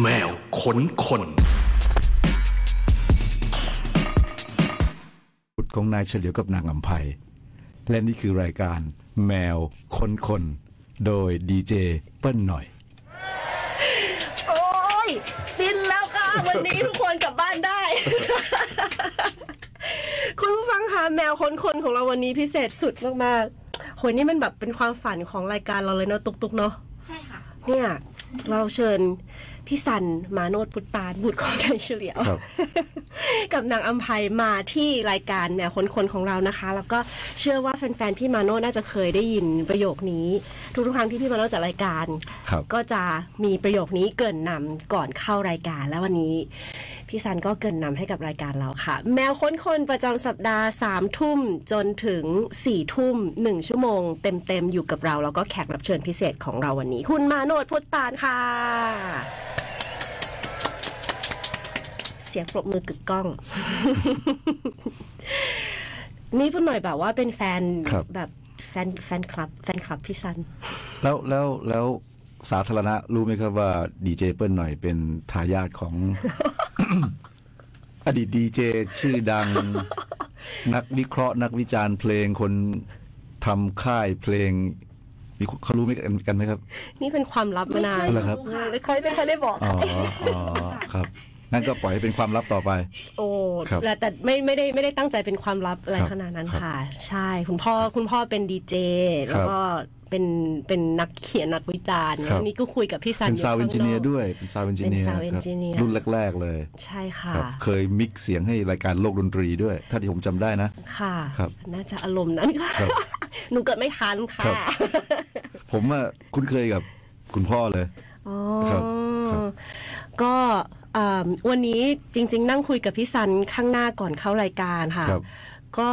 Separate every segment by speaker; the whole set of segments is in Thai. Speaker 1: แมวขนคน
Speaker 2: บุตรของนายเฉลียวกับนางอำไพและนี่คือรายการแมวคนคนโดยดีเจเปิ้ลหน่อย
Speaker 3: โอ้ยฟินแล้วค่ะ วันนี้ทุกคนกลับบ้านได้ คุณผู้ฟังคะแมวคนคนๆของเราวันนี้พิเศษสุดมากๆโหยนี่มันแบบเป็นความฝันของรายการเราเลยเนาะตุกๆเนาะ
Speaker 4: ใช่ค่ะ
Speaker 3: เนี่ย เราเชิญพี่สันมาโนดพุตตาลบุตรของนายเฉลียว
Speaker 2: ครับ
Speaker 3: กับนางอัมภัยมาที่รายการแมวคนคนของเรานะคะ แล้วก็เชื่อว่าแฟนๆพี่มาโนดน่าจะเคยได้ยินประโยคนี้ ทุกๆครั้งที่พี่มาโนดจัดรายการ
Speaker 2: ครับ
Speaker 3: ก็จะมีประโยคนี้เกรินนำก่อนเข้ารายการแล้ววันนี้ พี่ซันก็เกรินนำให้กับรายการเราค่ะ แมวค้นคนประจำสัปดาห์3ามทุ่มจนถึง4ี่ทุ่มหนึ่งชั่วโมง เต็มๆ อยู่กับเรา แล้วก็แขกรับเชิญพิเศษของเราวันนี้ คุณมาโนดพุทธตานค่ะ เสียงปรบมือกึกก้อง นี่พูดหน่อยแบบว่าเป็นแฟน
Speaker 2: ครับ
Speaker 3: แบบแฟนแฟนคลับ แฟนคลับพี่ซัน
Speaker 2: แล้วแล้วแล้วสาธารณะรู้ไหมครับว่าดีเจเปิ้ลหน่อยเป็นทายาทของ อดีตดีเจชื่อดัง นักวิเคราะห์ นักวิจารณ์เพลงคนทำค่ายเพลงมีเขารู้ไหมกันกันไหมครับ
Speaker 3: นี่เป็นความลับมานาน
Speaker 2: ไม่เคยรู้ครับ
Speaker 3: ไม่เคยไม่เคยได้บอก
Speaker 2: อ๋ออ๋อครับนั่นก็ปล่อยให้เป็นความลับต่อไป
Speaker 3: โอ้
Speaker 2: ครับ
Speaker 3: แล้วแต่ไม่ไม่ได้ไม่ได้ตั้งใจเป็นความลับอะไร
Speaker 2: ครับ
Speaker 3: ขนาดนั้น
Speaker 2: ครับ
Speaker 3: ค่ะ ใช่ คุณพ่อคุณพ่อเป็นดีเจ
Speaker 2: ค
Speaker 3: แล้
Speaker 2: รับ
Speaker 3: วก็เป็นเป็นนักเขียนนักวิจารณ์
Speaker 2: ครับ
Speaker 3: วันนี้ก็คุยกับพี่ซัน
Speaker 2: เป็น
Speaker 3: อยู่
Speaker 2: ซาวเอนจิเนียร์
Speaker 3: ข้างนอก
Speaker 2: ด้วย เป็นซาวเอนจิ
Speaker 3: เป็น
Speaker 2: เนียร์
Speaker 3: sound engineer
Speaker 2: รุ่นแรก ๆ เลย
Speaker 3: ใช่ค่ะ
Speaker 2: ครับ เคยมิกซ์เสียงให้รายการโลกดนตรีด้วย ถ้าที่ผมจำได้นะ
Speaker 3: ค่ะ
Speaker 2: ครับ
Speaker 3: น่าจะอารมณ์นั้นค่ะ
Speaker 2: ครับ
Speaker 3: หนูเกิดไม่ทันค่ะ
Speaker 2: ครับ ผมอะคุ้นเคยกับคุณพ่อเลย
Speaker 3: อ๋อ
Speaker 2: ครับครับ
Speaker 3: ก็เอิ่มวันนี้จริง ๆ นั่งคุยกับพี่ซันข้างหน้าก่อนเข้ารายการค่ะ
Speaker 2: ครับ
Speaker 3: ก็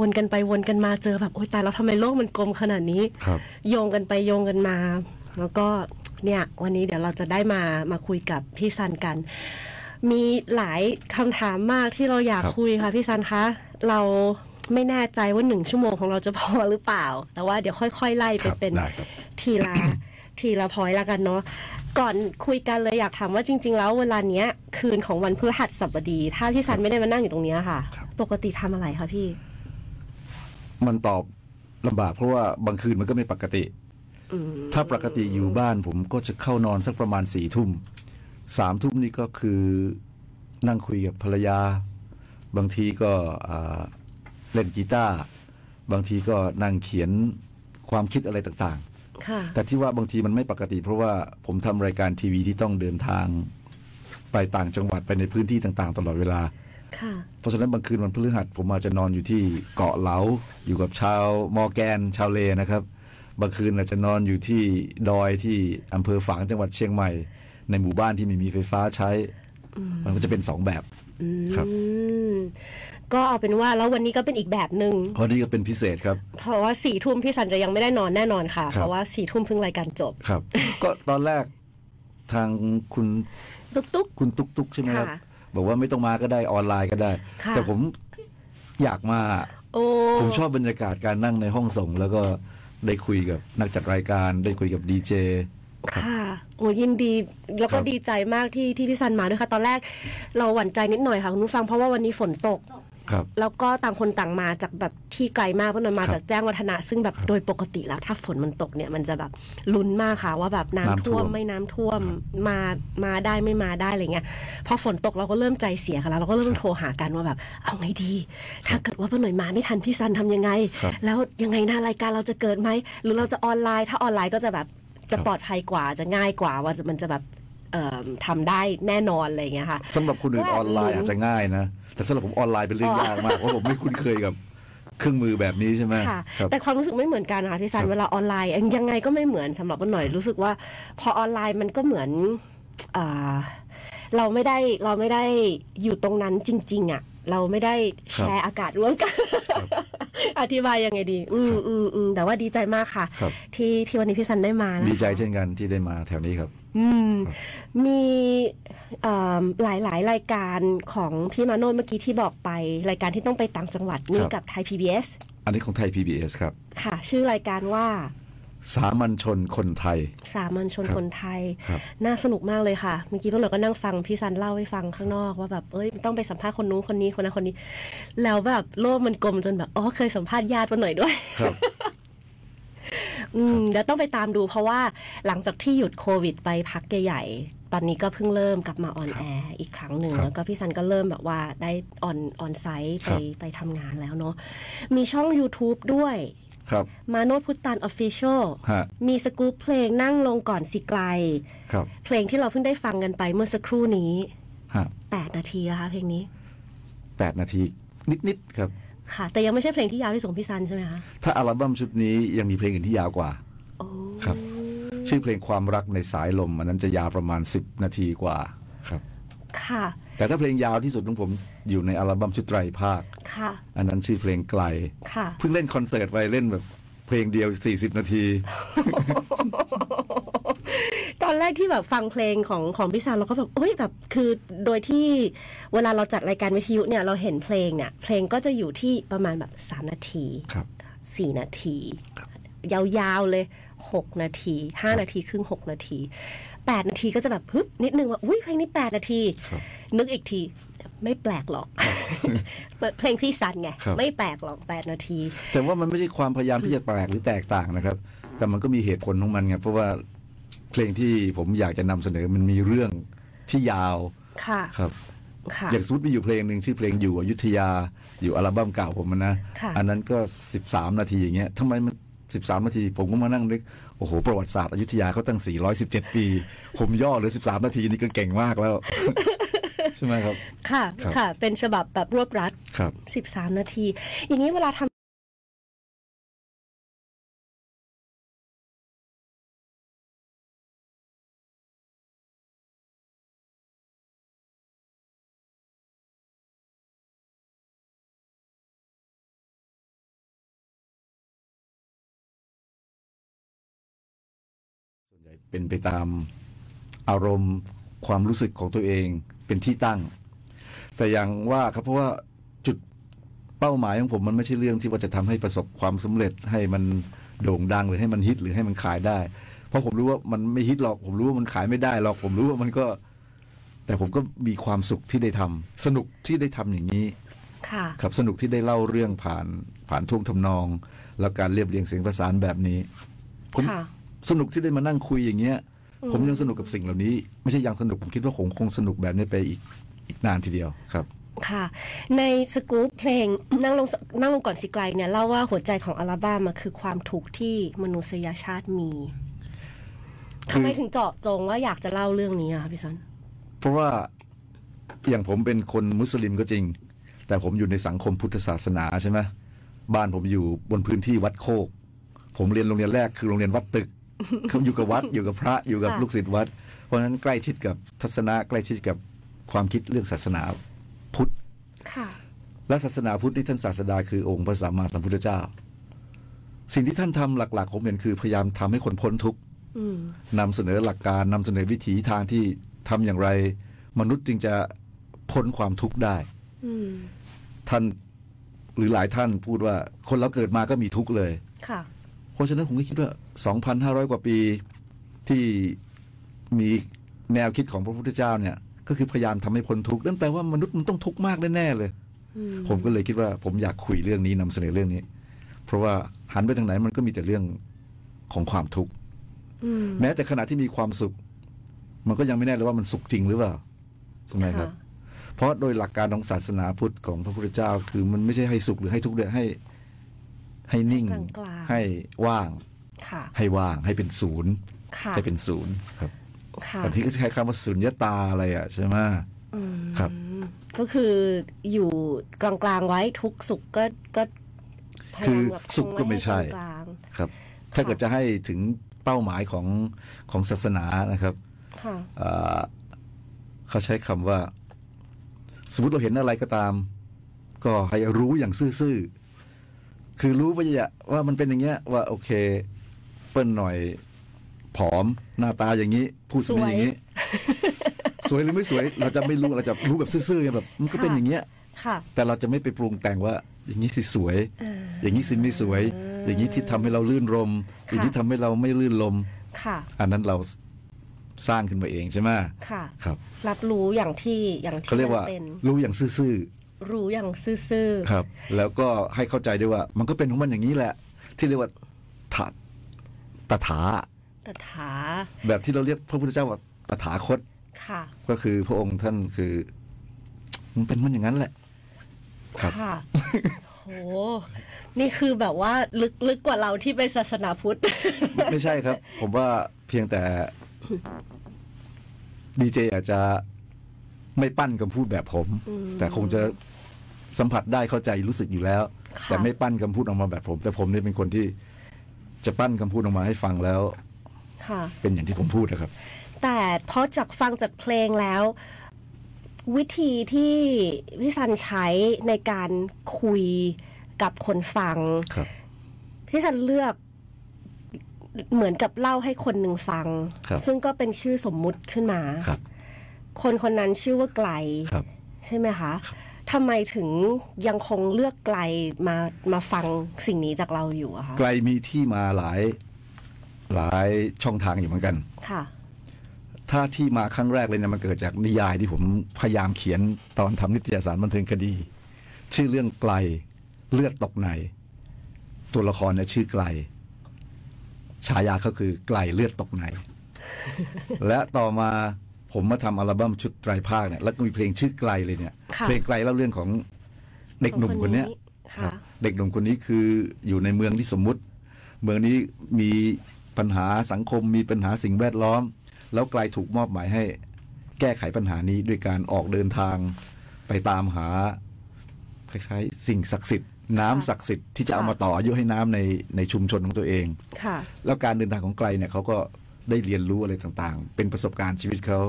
Speaker 3: วนกันไปวนกันมาเจอแบบโอ๊ยตายแล้วทำไมโลกมันกลมขนาดนี้
Speaker 2: ครับ
Speaker 3: โยงกันไปโยงกันมา แล้วก็เนี่ยวันนี้เดี๋ยวเราจะได้มามาคุยกับพี่ซันกัน มีหลายคำถามมากที่เราอยาก
Speaker 2: ครับ
Speaker 3: คุยค่ะพี่ซันคะเราไม่แน่ใจว่าหนึ่งชั่วโมงของเราจะพอหรือเปล่า แต่ว่าเดี๋ยวค่อย ๆ ไล่
Speaker 2: ค
Speaker 3: ไป
Speaker 2: รับ
Speaker 3: เป็น
Speaker 2: ได้ครับ
Speaker 3: ทีละ ทีละพอยต์ละกันเนาะก่อนคุยกันเลยอยากถามว่าจริง ๆ แล้วเวลาเนี้ย คืนของวันพฤหัสบดี ถ้าพี่ซันไม่ได้มานั่งอยู่ตรงเนี้ยค่ะ
Speaker 2: ครับ
Speaker 3: ปกติทำอะไรคะพี่
Speaker 2: มันตอบลำบากเพราะว่าบางคืนมันก็ไม่ปกติ ถ้าปกติอยู่บ้านผมก็จะเข้านอนสักประมาณสี่ทุ่ม สามทุ่มนี่ก็คือนั่งคุยกับภรรยา บางทีก็อ่าเล่นกีตาร์ บางทีก็นั่งเขียนความคิดอะไรต่างๆ
Speaker 3: ค่ะ
Speaker 2: แต่ที่ว่าบางทีมันไม่ปกติ เพราะว่าผมทำรายการทีวีที่ต้องเดินทาง ไปต่างจังหวัดไปในพื้นที่ต่างๆ ตลอดเวลา
Speaker 3: ค่ะ
Speaker 2: เพราะฉะนั้นบางคืนวันพฤหัสผมอาจจะนอนอยู่ที่เกาะเหลาอยู่กับชาวมอร์แกนชาวเลนะครับ บางคืนอาจจะนอนอยู่ที่ดอยที่อำเภอฝางจังหวัดเชียงใหม่ ในหมู่บ้านที่ไม่มีไฟฟ้าใช้ มันก็จะเป็นสองแบบ ครับ
Speaker 3: อืมก็เอาเป็นว่าแล้ววันนี้ก็เป็นอีกแบบหนึ่ง
Speaker 2: เพราะนี่ก็เป็นพิเศษครับ
Speaker 3: เพราะว่าสี่ทุ่มพี่สันจะยังไม่ได้นอนแน่นอนค่ะ
Speaker 2: ครับ
Speaker 3: เพราะว่าสี่ทุ่มเพิ่งรายการจบ
Speaker 2: ครับ ก็ตอนแรกทางคุณ
Speaker 3: ตุ๊กตุ๊ก
Speaker 2: คุณตุ๊กตุ๊กใช่ไหมครับ
Speaker 3: ค่ะ
Speaker 2: บอกว่าไม่ต้องมาก็ได้ออนไลน์ก็ได้
Speaker 3: ค่ะ
Speaker 2: แต่ผมอยากมา
Speaker 3: โอ้
Speaker 2: ผมชอบบรรยากาศการนั่งในห้องส่ง แล้วก็ได้คุยกับนักจัดรายการ ได้คุยกับดีเจ
Speaker 3: ค่ะโอ้ยินดีแล้วก็
Speaker 2: ครับ
Speaker 3: ดีใจมากที่ที่พี่สันมาด้วยค่ะ ตอนแรกเราหวั่นใจนิดหน่อยค่ะคุณผู้ฟังเพราะว่าวันนี้ฝนตก
Speaker 2: ครับ
Speaker 3: แล้วก็ต่างคนต่างมาจากแบบที่ไกลมากเพราะนนท์มา
Speaker 2: ครับ
Speaker 3: จากแจ้งวัฒนะซึ่งแบบโดยปกติแล้ว ถ้าฝนมันตกเนี่ยมันจะแบบลุ้นมากค่ะ ว่าแบบน้ำ
Speaker 2: น้ำท่
Speaker 3: ท่
Speaker 2: ว
Speaker 3: ว
Speaker 2: ม
Speaker 3: มไม่น้ำท่วมมามาได้ไม่มาได้อะไรเงี้ยพอฝนตกเราก็เริ่มใจเสียกันแล้วเราก็เริ่มโทรหากันว่าแบบเอาไงดี ถ้าเกิดว่าป้าหน่วยมาไม่ทันพี่ซันทำยังไง
Speaker 2: ครับ
Speaker 3: แล้วยังไงหน้ารายการเราจะเกิดไหมหรือเราจะออนไลน์ ถ้าออนไลน์ก็จะแบบจะ
Speaker 2: ครับ
Speaker 3: ปลอดภัยกว่าจะง่ายกว่าว่าจะมันจะแบบเอิ่มทำได้แน่นอนอะไรเงี้ยค่ะ
Speaker 2: สำหรับคนอื่น
Speaker 3: ว่า
Speaker 2: ออนไลน์
Speaker 3: หรืออ
Speaker 2: อาจจะง่ายนะ แต่สำหรับผมออนไลน์เป็นเรื่อง
Speaker 3: อ๋อ
Speaker 2: ยากมาก เพราะผมไม่คุ้นเคยกับเครื่องมือแบบนี้ใช่ไหม
Speaker 3: ค่ะ
Speaker 2: ครับ
Speaker 3: แต่ความรู้สึกไม่เหมือนกันนะคะพี่ซั
Speaker 2: ครั
Speaker 3: น
Speaker 2: บ
Speaker 3: เวลาออนไลน์ยังไงก็ไม่เหมือนสำหรับวันหน่อยรู้สึกว่า พอออนไลน์มันก็เหมือนอ่าเราไม่ได้เราไม่ได้อยู่ตรงนั้นจริง ๆอะ่ะเราไม่ได้แชร์อากาศร่วมกัน อธิบายยังไงดี อืม
Speaker 2: ครับ
Speaker 3: อืมอืมแต่ว่าดีใจมากค่ะ
Speaker 2: ครับ
Speaker 3: ที่ที่วันนี้พี่ซันได้มานะคะ
Speaker 2: ดีใจเช่นกันที่ได้มาแถวนี้ครับ
Speaker 3: อืมมีหลายหลายๆ รายการของพี่มาโนนเมื่อกี้ที่บอกไป รายการที่ต้องไปต่างจังหวัดนี่
Speaker 2: ครับ
Speaker 3: กับไทย PBS
Speaker 2: อันนี้ของไทย PBS ครับ
Speaker 3: ค่ะ ชื่อรายการว่า
Speaker 2: สามัญชนคนไทย
Speaker 3: สามัญชน
Speaker 2: ครับ
Speaker 3: คนไทย
Speaker 2: ครับ
Speaker 3: น่าสนุกมากเลยค่ะ เมื่อกี้ต้องเหลือก็นั่งฟังพี่ซันเล่าให้ฟังข้างนอกว่าแบบเอ้ยต้องไปสัมภาษณ์คนนู้นคนนี้คนนั้นคนนี้ แล้วแบบโลกมันกลมจนแบบอ๋อเคยสัมภาษณ์ญาติมาหน่อยด้วย
Speaker 2: ครับ
Speaker 3: อืมเดี๋ยวต้องไปตามดูเพราะว่าหลังจากที่หยุดโควิดไปพักใหญ่ๆ ตอนนี้ก็เพิ่งเริ่มกลับมาออนแอร์อีกครั้งหนึ่ง
Speaker 2: ครับ
Speaker 3: แล้วก็พี่ซันก็เริ่มแบบว่าได้ออนออนไซต์ไป
Speaker 2: ครับ
Speaker 3: ไปทำงานแล้วเนาะมีช่อง YouTube ด้วย
Speaker 2: ครับ
Speaker 3: มาโนดพุตตันออฟฟิเชียล
Speaker 2: ฮะ
Speaker 3: มีสกู๊ปเพลงนั่งลงก่อนสิไกล
Speaker 2: ครับ
Speaker 3: เพลงที่เราเพิ่งได้ฟังกันไปเมื่อสักครู่นี้
Speaker 2: ฮะ
Speaker 3: 8 นาทีนะคะเพลงนี้
Speaker 2: แปดนาทีนิดๆครับ
Speaker 3: ค่ะ แต่ยังไม่ใช่เพลงที่ยาวที่สุดของพี่ซันใช่ไหมคะ
Speaker 2: ถ้าอัลบั้มชุดนี้ยังมีเพลงอื่นที่ยาวกว่า
Speaker 3: โอ้
Speaker 2: ครับ ชื่อเพลงความรักในสายลมอันนั้นจะยาวประมาณ 10 นาทีกว่าครับ
Speaker 3: ค่ะ
Speaker 2: แต่ถ้าเพลงยาวที่สุดของผมอยู่ในอัลบั้มชุดไตรภาค
Speaker 3: ค่ะ
Speaker 2: อันนั้นชื่อเพลงไกล
Speaker 3: ค่ะ
Speaker 2: เพิ่งเล่นคอนเสิร์ตไปเล่นแบบเพลงเดียว 40 นาที
Speaker 3: ตอนแรกที่แบบฟังเพลงของของพี่ซานเราก็แบบเอ้ยแบบคือโดยที่เวลาเราจัดรายการวิทยุเนี่ยเราเห็นเพลงเนี่ยเพลงก็จะอยู่ที่ประมาณแบบ 3 นาที
Speaker 2: ครับ
Speaker 3: 4 นาที ยาวๆเลย 6 นาที 5 นาทีครึ่ง 6 นาที 8 นาทีก็จะแบบฮึบนิดนึงว่าอุ้ยเพลงนี้ 8 นาที
Speaker 2: ครับ
Speaker 3: นึกอีกทีไม่แปลกหรอก เพลงพี่ซันไง
Speaker 2: ครับ
Speaker 3: ไม่แปลกหรอก 8 นาที
Speaker 2: แต่ว่ามันไม่ใช่ความพยายามที่จะแปลกหรือแตกต่างนะครับ แต่มันก็มีเหตุผลของมันไงเพราะว่าเพลงที่ผมอยากจะนำเสนอมันมีเรื่องที่ยาว
Speaker 3: ค่ะ
Speaker 2: ครับ
Speaker 3: ค่ะ
Speaker 2: อย่างสมมติมีอยู่เพลงหนึ่งชื่อเพลงอยู่อยุธยาอยู่อัลบั้มเก่าผมมันนะ
Speaker 3: ค่ะ
Speaker 2: อันนั้นก็ 13 นาทีอย่างเงี้ยทำไมมัน 13 นาที ผมก็มานั่งนึก โอ้โห ประวัติศาสตร์อยุธยาเขาตั้ง 417 ปี ผมย่อเหลือ 13 นาทีนี่ก็เก่งมาก แล้ว ใช่ไหมครับ
Speaker 3: ค่ะ
Speaker 2: ครับ
Speaker 3: ค่ะ เป็นฉบับแบบรวบรัด
Speaker 2: ครับ
Speaker 3: 13 นาที อย่างนี้เวลาท
Speaker 2: เป็นไปตามอารมณ์ความรู้สึกของตัวเองเป็นที่ตั้ง แต่อย่างว่าครับเพราะว่าจุดเป้าหมายของผมมันไม่ใช่เรื่องที่ว่าจะทำให้ประสบความสำเร็จให้มันโด่งดังหรือให้มันฮิตหรือให้มันขายได้ เพราะผมรู้ว่ามันไม่ฮิตหรอก ผมรู้ว่ามันขายไม่ได้หรอก ผมรู้ว่ามันก็ แต่ผมก็มีความสุขที่ได้ทำสนุกที่ได้ทำอย่างนี้
Speaker 3: ำค่ะ
Speaker 2: ครับสนุกที่ได้เล่าเรื่องผ่านผ่านท่วงทำนอง แล้วการเรียบเรียงเสียงประสานแบบนี้ผม
Speaker 3: ค่ะ
Speaker 2: สนุกที่ได้มานั่งคุยอย่างเงี้ย ผมยังสนุกกับสิ่งเหล่านี้ ไม่ใช่ยังสนุกผมคิดว่าคงคงสนุกแบบนี้ไปอีกอีกนานทีเดียวครับ
Speaker 3: ค่ะ ในสกู๊ปเพลง นั่งลงนั่งลงก่อนสิไกลเนี่ยเล่าว่าหัวใจของอัลบั้มอะคือความถูกข์ที่มนุษยชาติมี
Speaker 2: คือ
Speaker 3: ทำไมถึงเจาะจงว่าอยากจะเล่าเรื่องนี้อะคะพี่ซัน
Speaker 2: เพราะว่าอย่างผมเป็นคนมุสลิมก็จริง แต่ผมอยู่ในสังคมพุทธศาสนาใช่ไหมบ้านผมอยู่บนพื้นที่วัดโคก ผมเรียนโรงเรียนแรกคือโรงเรียนวัดตึก คืออยู่กับวัดอยู่กับพระอยู่กับ
Speaker 3: ค่ะ
Speaker 2: ลูกศิษย์วัด เพราะฉะนั้นใกล้ชิดกับทัศนะใกล้ชิดกับความคิดเรื่องศาสนาพุทธ
Speaker 3: ค่ะ
Speaker 2: และศาสนาพุทธที่ท่านศาสดาคือองค์พระสัมมาสัมพุทธเจ้า สิ่งที่ท่านทำหลักๆผมเห็นคือพยายามทำให้คนพ้นทุกข์
Speaker 3: อืม
Speaker 2: นำเสนอหลักการนำเสนอวิถีทางที่ทำอย่างไร มนุษย์จึงจะพ้นความทุกข์ได้
Speaker 3: อืม
Speaker 2: ท่านหรือหลายท่านพูดว่าคนเราเกิดมาก็มีทุกข์เลย
Speaker 3: ค่ะ
Speaker 2: เพราะฉะนั้นผมก็คิดว่า 2,500 กว่าปีที่มีแนวคิดของพระพุทธเจ้าเนี่ย ก็คือพยายามทำให้พ้นทุกข์นั่นแปลว่ามนุษย์มันต้องทุกข์มากแน่ๆเลย
Speaker 3: อืม
Speaker 2: ผมก็เลยคิดว่าผมอยากคุยเรื่องนี้นำเสนอเรื่องนี้ เพราะว่าหันไปทางไหนมันก็มีแต่เรื่องของความทุกข์
Speaker 3: อืม
Speaker 2: แม้แต่ขณะที่มีความสุข มันก็ยังไม่แน่เลยว่ามันสุขจริงหรือเปล่าถูกไหมครับ
Speaker 3: ค่ะ
Speaker 2: เพราะโดยหลักการของศาสนาพุทธของพระพุทธเจ้า คือมันไม่ใช่ให้สุขหรือให้ทุกข์เลยให้ ให้นิ่ง
Speaker 3: กลางๆ
Speaker 2: ให้ว่าง
Speaker 3: ค่ะ
Speaker 2: ให้ว่าง ให้เป็นศูนย์
Speaker 3: ค่ะ
Speaker 2: ให้เป็นศูนย์ครับ
Speaker 3: ค่ะ
Speaker 2: บางทีก็ใช้คำว่าสุญญตาอะไรอ่ะใช่ไหมครับ
Speaker 3: อืมก็คืออยู่กลางๆไว้ทุกสุขก็ก็พยายามแบบ
Speaker 2: คือสุขก็ไม่ใช่
Speaker 3: กลาง
Speaker 2: ครับ ถ้าเกิดจะให้ถึงเป้าหมายของของศาสนานะครับ
Speaker 3: ๆค่ะ
Speaker 2: เอ่อเขาใช้คำว่า สมมติเราเห็นอะไรก็ตาม ก็ให้รู้อย่างซื่อๆคือรู้ไปอย่าว่ามันเป็นอย่างเงี้ยว่าโอเคเปิ้ลหน่อยผอมหน้าตาอย่างนี้ พูดไม่อย่างนี้ สวยหรือไม่สวย เราจะไม่รู้เราจะรู้แบบซื่อๆไงแบบมันก็เป็นอย่างเงี้ย
Speaker 3: ค่ะ
Speaker 2: แต่เราจะไม่ไปปรุงแต่งว่า อย่างนี้สิสวย
Speaker 3: อ่า
Speaker 2: อย่างนี้สิไม่สวย
Speaker 3: อ่า
Speaker 2: อย่างนี้ที่ทำให้เราลื่นลมอย่างนี้ทำให้เราไม่ลื่นลม
Speaker 3: ค่ะ
Speaker 2: อันนั้นเราสร้างขึ้นมาเองใช่ไหม
Speaker 3: ค่ะ
Speaker 2: ครับ
Speaker 3: รับรู้อย่างที่อย่างที่
Speaker 2: เขาเรียก
Speaker 3: มั
Speaker 2: ว่าน
Speaker 3: เป็น
Speaker 2: รู้อย่างซื่อ
Speaker 3: รู้อย่างซื่อ
Speaker 2: ๆครับ แล้วก็ให้เข้าใจด้วยว่า มันก็เป็นของมันอย่างนี้แหละ ที่เรียกว่าถาตถา
Speaker 3: ๆแต่ถา
Speaker 2: แบบที่เราเรียกพระพุทธเจ้าว่าตถาคต
Speaker 3: ค่ะ
Speaker 2: ก็คือพระองค์ท่านคือ มันเป็นมันอย่างนั้นแหละ ครับ
Speaker 3: ค่ะ โห นี่คือแบบว่าลึกลึกกว่าเราที่เป็นศาสนาพุทธ
Speaker 2: ไม่ไม่ใช่ครับ ผมว่าเพียงแต่ดีเจอาจจะไม่ปั้นคำพูดแบบผม แต่คงจะสัมผัสได้เข้าใจรู้สึกอยู่แล้ว
Speaker 3: ค่ะ
Speaker 2: แต่ไม่ปั้นคำพูดออกมาแบบผม แต่ผมเนี่ยเป็นคนที่จะปั้นคำพูดออกมาให้ฟังแล้ว
Speaker 3: ค่ะ
Speaker 2: เป็นอย่างที่ผมพูดนะครับ
Speaker 3: แต่พอจากฟังจากเพลงแล้ว วิธีที่พี่ซันใช้ในการคุยกับคนฟัง
Speaker 2: ครับ
Speaker 3: พี่ซันเลือกเหมือนกับเล่าให้คนหนึ่งฟัง
Speaker 2: ครับ
Speaker 3: ซึ่งก็เป็นชื่อสมมุติขึ้นมา
Speaker 2: ครับ
Speaker 3: คนคนนั้นชื่อว่าไกล
Speaker 2: ครับ
Speaker 3: ใช่ไหมคะทำไมถึงยังคงเลือกไกลมามาฟังสิ่งนี้จากเราอยู่อะคะ
Speaker 2: ไกลมีที่มาหลายหลายช่องทางอยู่เหมือนกัน
Speaker 3: ค่ะ
Speaker 2: ถ้าที่มาครั้งแรกเลยเนี่ยมันเกิดจากนิยายที่ผมพยายามเขียนตอนทำนิตยสารบันเทิงคดี ชื่อเรื่องไกลเลือดตกในตัวละครเนี่ยชื่อไกล ฉายาเขาคือไกลเลือดตกใน และต่อมาผมมาทำอัลบั้มชุดไตรภาคเนี่ยแล้วก็มีเพลงชื่อไกลเลยเนี่ย
Speaker 3: ค่ะ
Speaker 2: เพลงไกลเล่าเรื่องของเด็กหนุ่มคนเนี้ย ครั
Speaker 3: ค่ะ
Speaker 2: บเด็กหนุ่มคนนี้คืออยู่ในเมืองที่สมมุติ เมืองนี้มีปัญหาสังคมมีปัญหาสิ่งแวดล้อม แล้วไกลถูกมอบหมายให้แก้ไขปัญหานี้ด้วยการออกเดินทางไปตามหาคล้ายๆ สิ่งศักดิ์สิทธิ์ น้ำศักดิ์สิทธิ์ที่จะเอามาต่ออายุให้น้ำในในชุมชนของตัวเอง
Speaker 3: ค่ะ
Speaker 2: แล้วการเดินทางของไกลเนี่ยเขาก็ได้เรียนรู้อะไรต่างๆ เป็นประสบการณ์ชีวิตเขา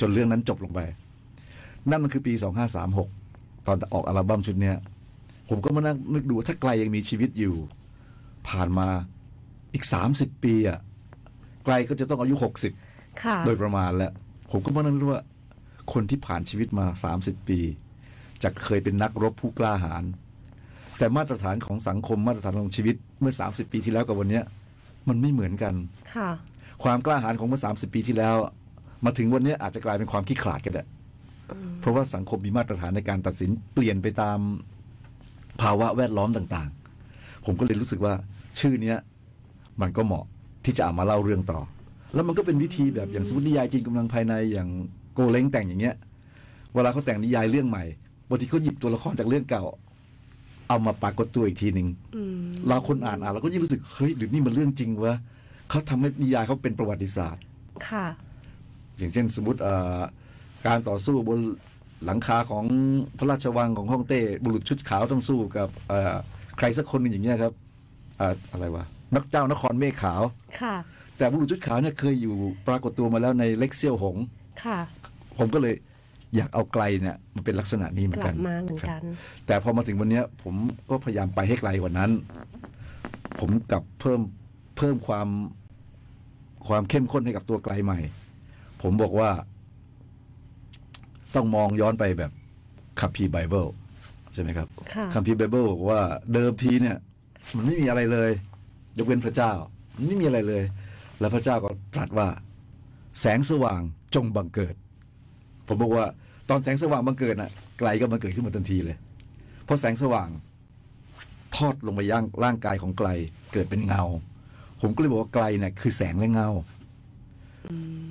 Speaker 2: จนเรื่องนั้นจบลงไป นั่นมันคือปี 2536 ตอนออกอัลบั้มชุดเนี้ย ผมก็มานั่งนึกดูว่าถ้าไกลยังมีชีวิตอยู่ ผ่านมาอีก 30 ปีอ่ะไกลก็จะต้องอายุ 60
Speaker 3: ค่ะ
Speaker 2: โดยประมาณแล้ว ผมก็มานั่งรู้ว่า คนที่ผ่านชีวิตมา 30 ปี จากเคยเป็นนักรบผู้กล้าหาญแต่มาตรฐานของสังคมมาตรฐานของชีวิตเมื่อ 30 ปีที่แล้วกับวันเนี้ย มันไม่เหมือนกัน
Speaker 3: ค่ะ
Speaker 2: ความกล้าหาญของเมื่อ 30 ปีที่แล้ว มาถึงวันเนี้ยอาจจะกลายเป็นความขี้ขลาดกันแหละเพราะว่าสังคมมีมาตรฐานในการตัดสินเปลี่ยนไปตามภาวะแวดล้อมต่างๆ ผมก็เลยรู้สึกว่าชื่อเนี้ย มันก็เหมาะที่จะเอามาเล่าเรื่องต่อ แล้วมันก็เป็นวิธีแบบอย่างสมมตินิยายจีนกำลังภายในอย่างโกเล้งแต่งอย่างเงี้ย เวลาเขาแต่งนิยายเรื่องใหม่บางทีเขาหยิบตัวละครจากเรื่องเก่า เอามาปรากฏตัวอีกทีหนึ่งเราคนอ่านอ่านเราก็ยิ่งรู้สึกเฮ้ยหรือนี่มันเรื่องจริงวะเขาทำให้นิยายเขาเป็นประวัติศาสตร์
Speaker 3: ค่ะ
Speaker 2: อย่างเช่นสมมติเอ่อการต่อสู้บนหลังคาของพระราชวังของฮ่องเต้บุรุษชุดขาวต้องสู้กับเอ่อใครสักคนหนึ่งอย่างเงี้ยครับเอ่ออะไรวะนักเจ้านครเมฆขาว
Speaker 3: ค่ะ
Speaker 2: แต่บุรุษชุดขาวเนี่ยเคยอยู่ปรากฏตัวมาแล้วในเล็กเซี่ยวหง
Speaker 3: ค่ะ
Speaker 2: ผมก็เลยอยากเอาไกลเนี่ยมันเป็นลักษณะนี้เหมื
Speaker 3: ก
Speaker 2: อน
Speaker 3: ลั
Speaker 2: กับ น
Speaker 3: มาเหมือน
Speaker 2: ครับ
Speaker 3: กัน
Speaker 2: แต่พอมาถึงวันเนี้ยผมก็พยายามไปให้ไกลกว่านั้น ผมกลับเพิ่มเพิ่มความความเข้มข้นให้กับตัวไกลใหม่ ผมบอกว่า ต้องมองย้อนไปแบบคัมภีร์ไบเบิลใช่ไหมครับ
Speaker 3: ค่ะ
Speaker 2: คัมภีร์ไบเบิลบอกว่าเดิมทีเนี่ย มันไม่มีอะไรเลย ยกเว้นพระเจ้า มันไม่มีอะไรเลย แล้วพระเจ้าก็ตรัสว่า แสงสว่างจงบังเกิด ผมบอกว่าตอนแสงสว่างบังเกิดน่ะไกลก็บังเกิดขึ้นมาทันทีเลย เพราะแสงสว่างทอดลงไปย่างร่างกายของไกลเกิดเป็นเงา ผมก็เลยบอกว่าไกลเนี่ยคือแสงและเงา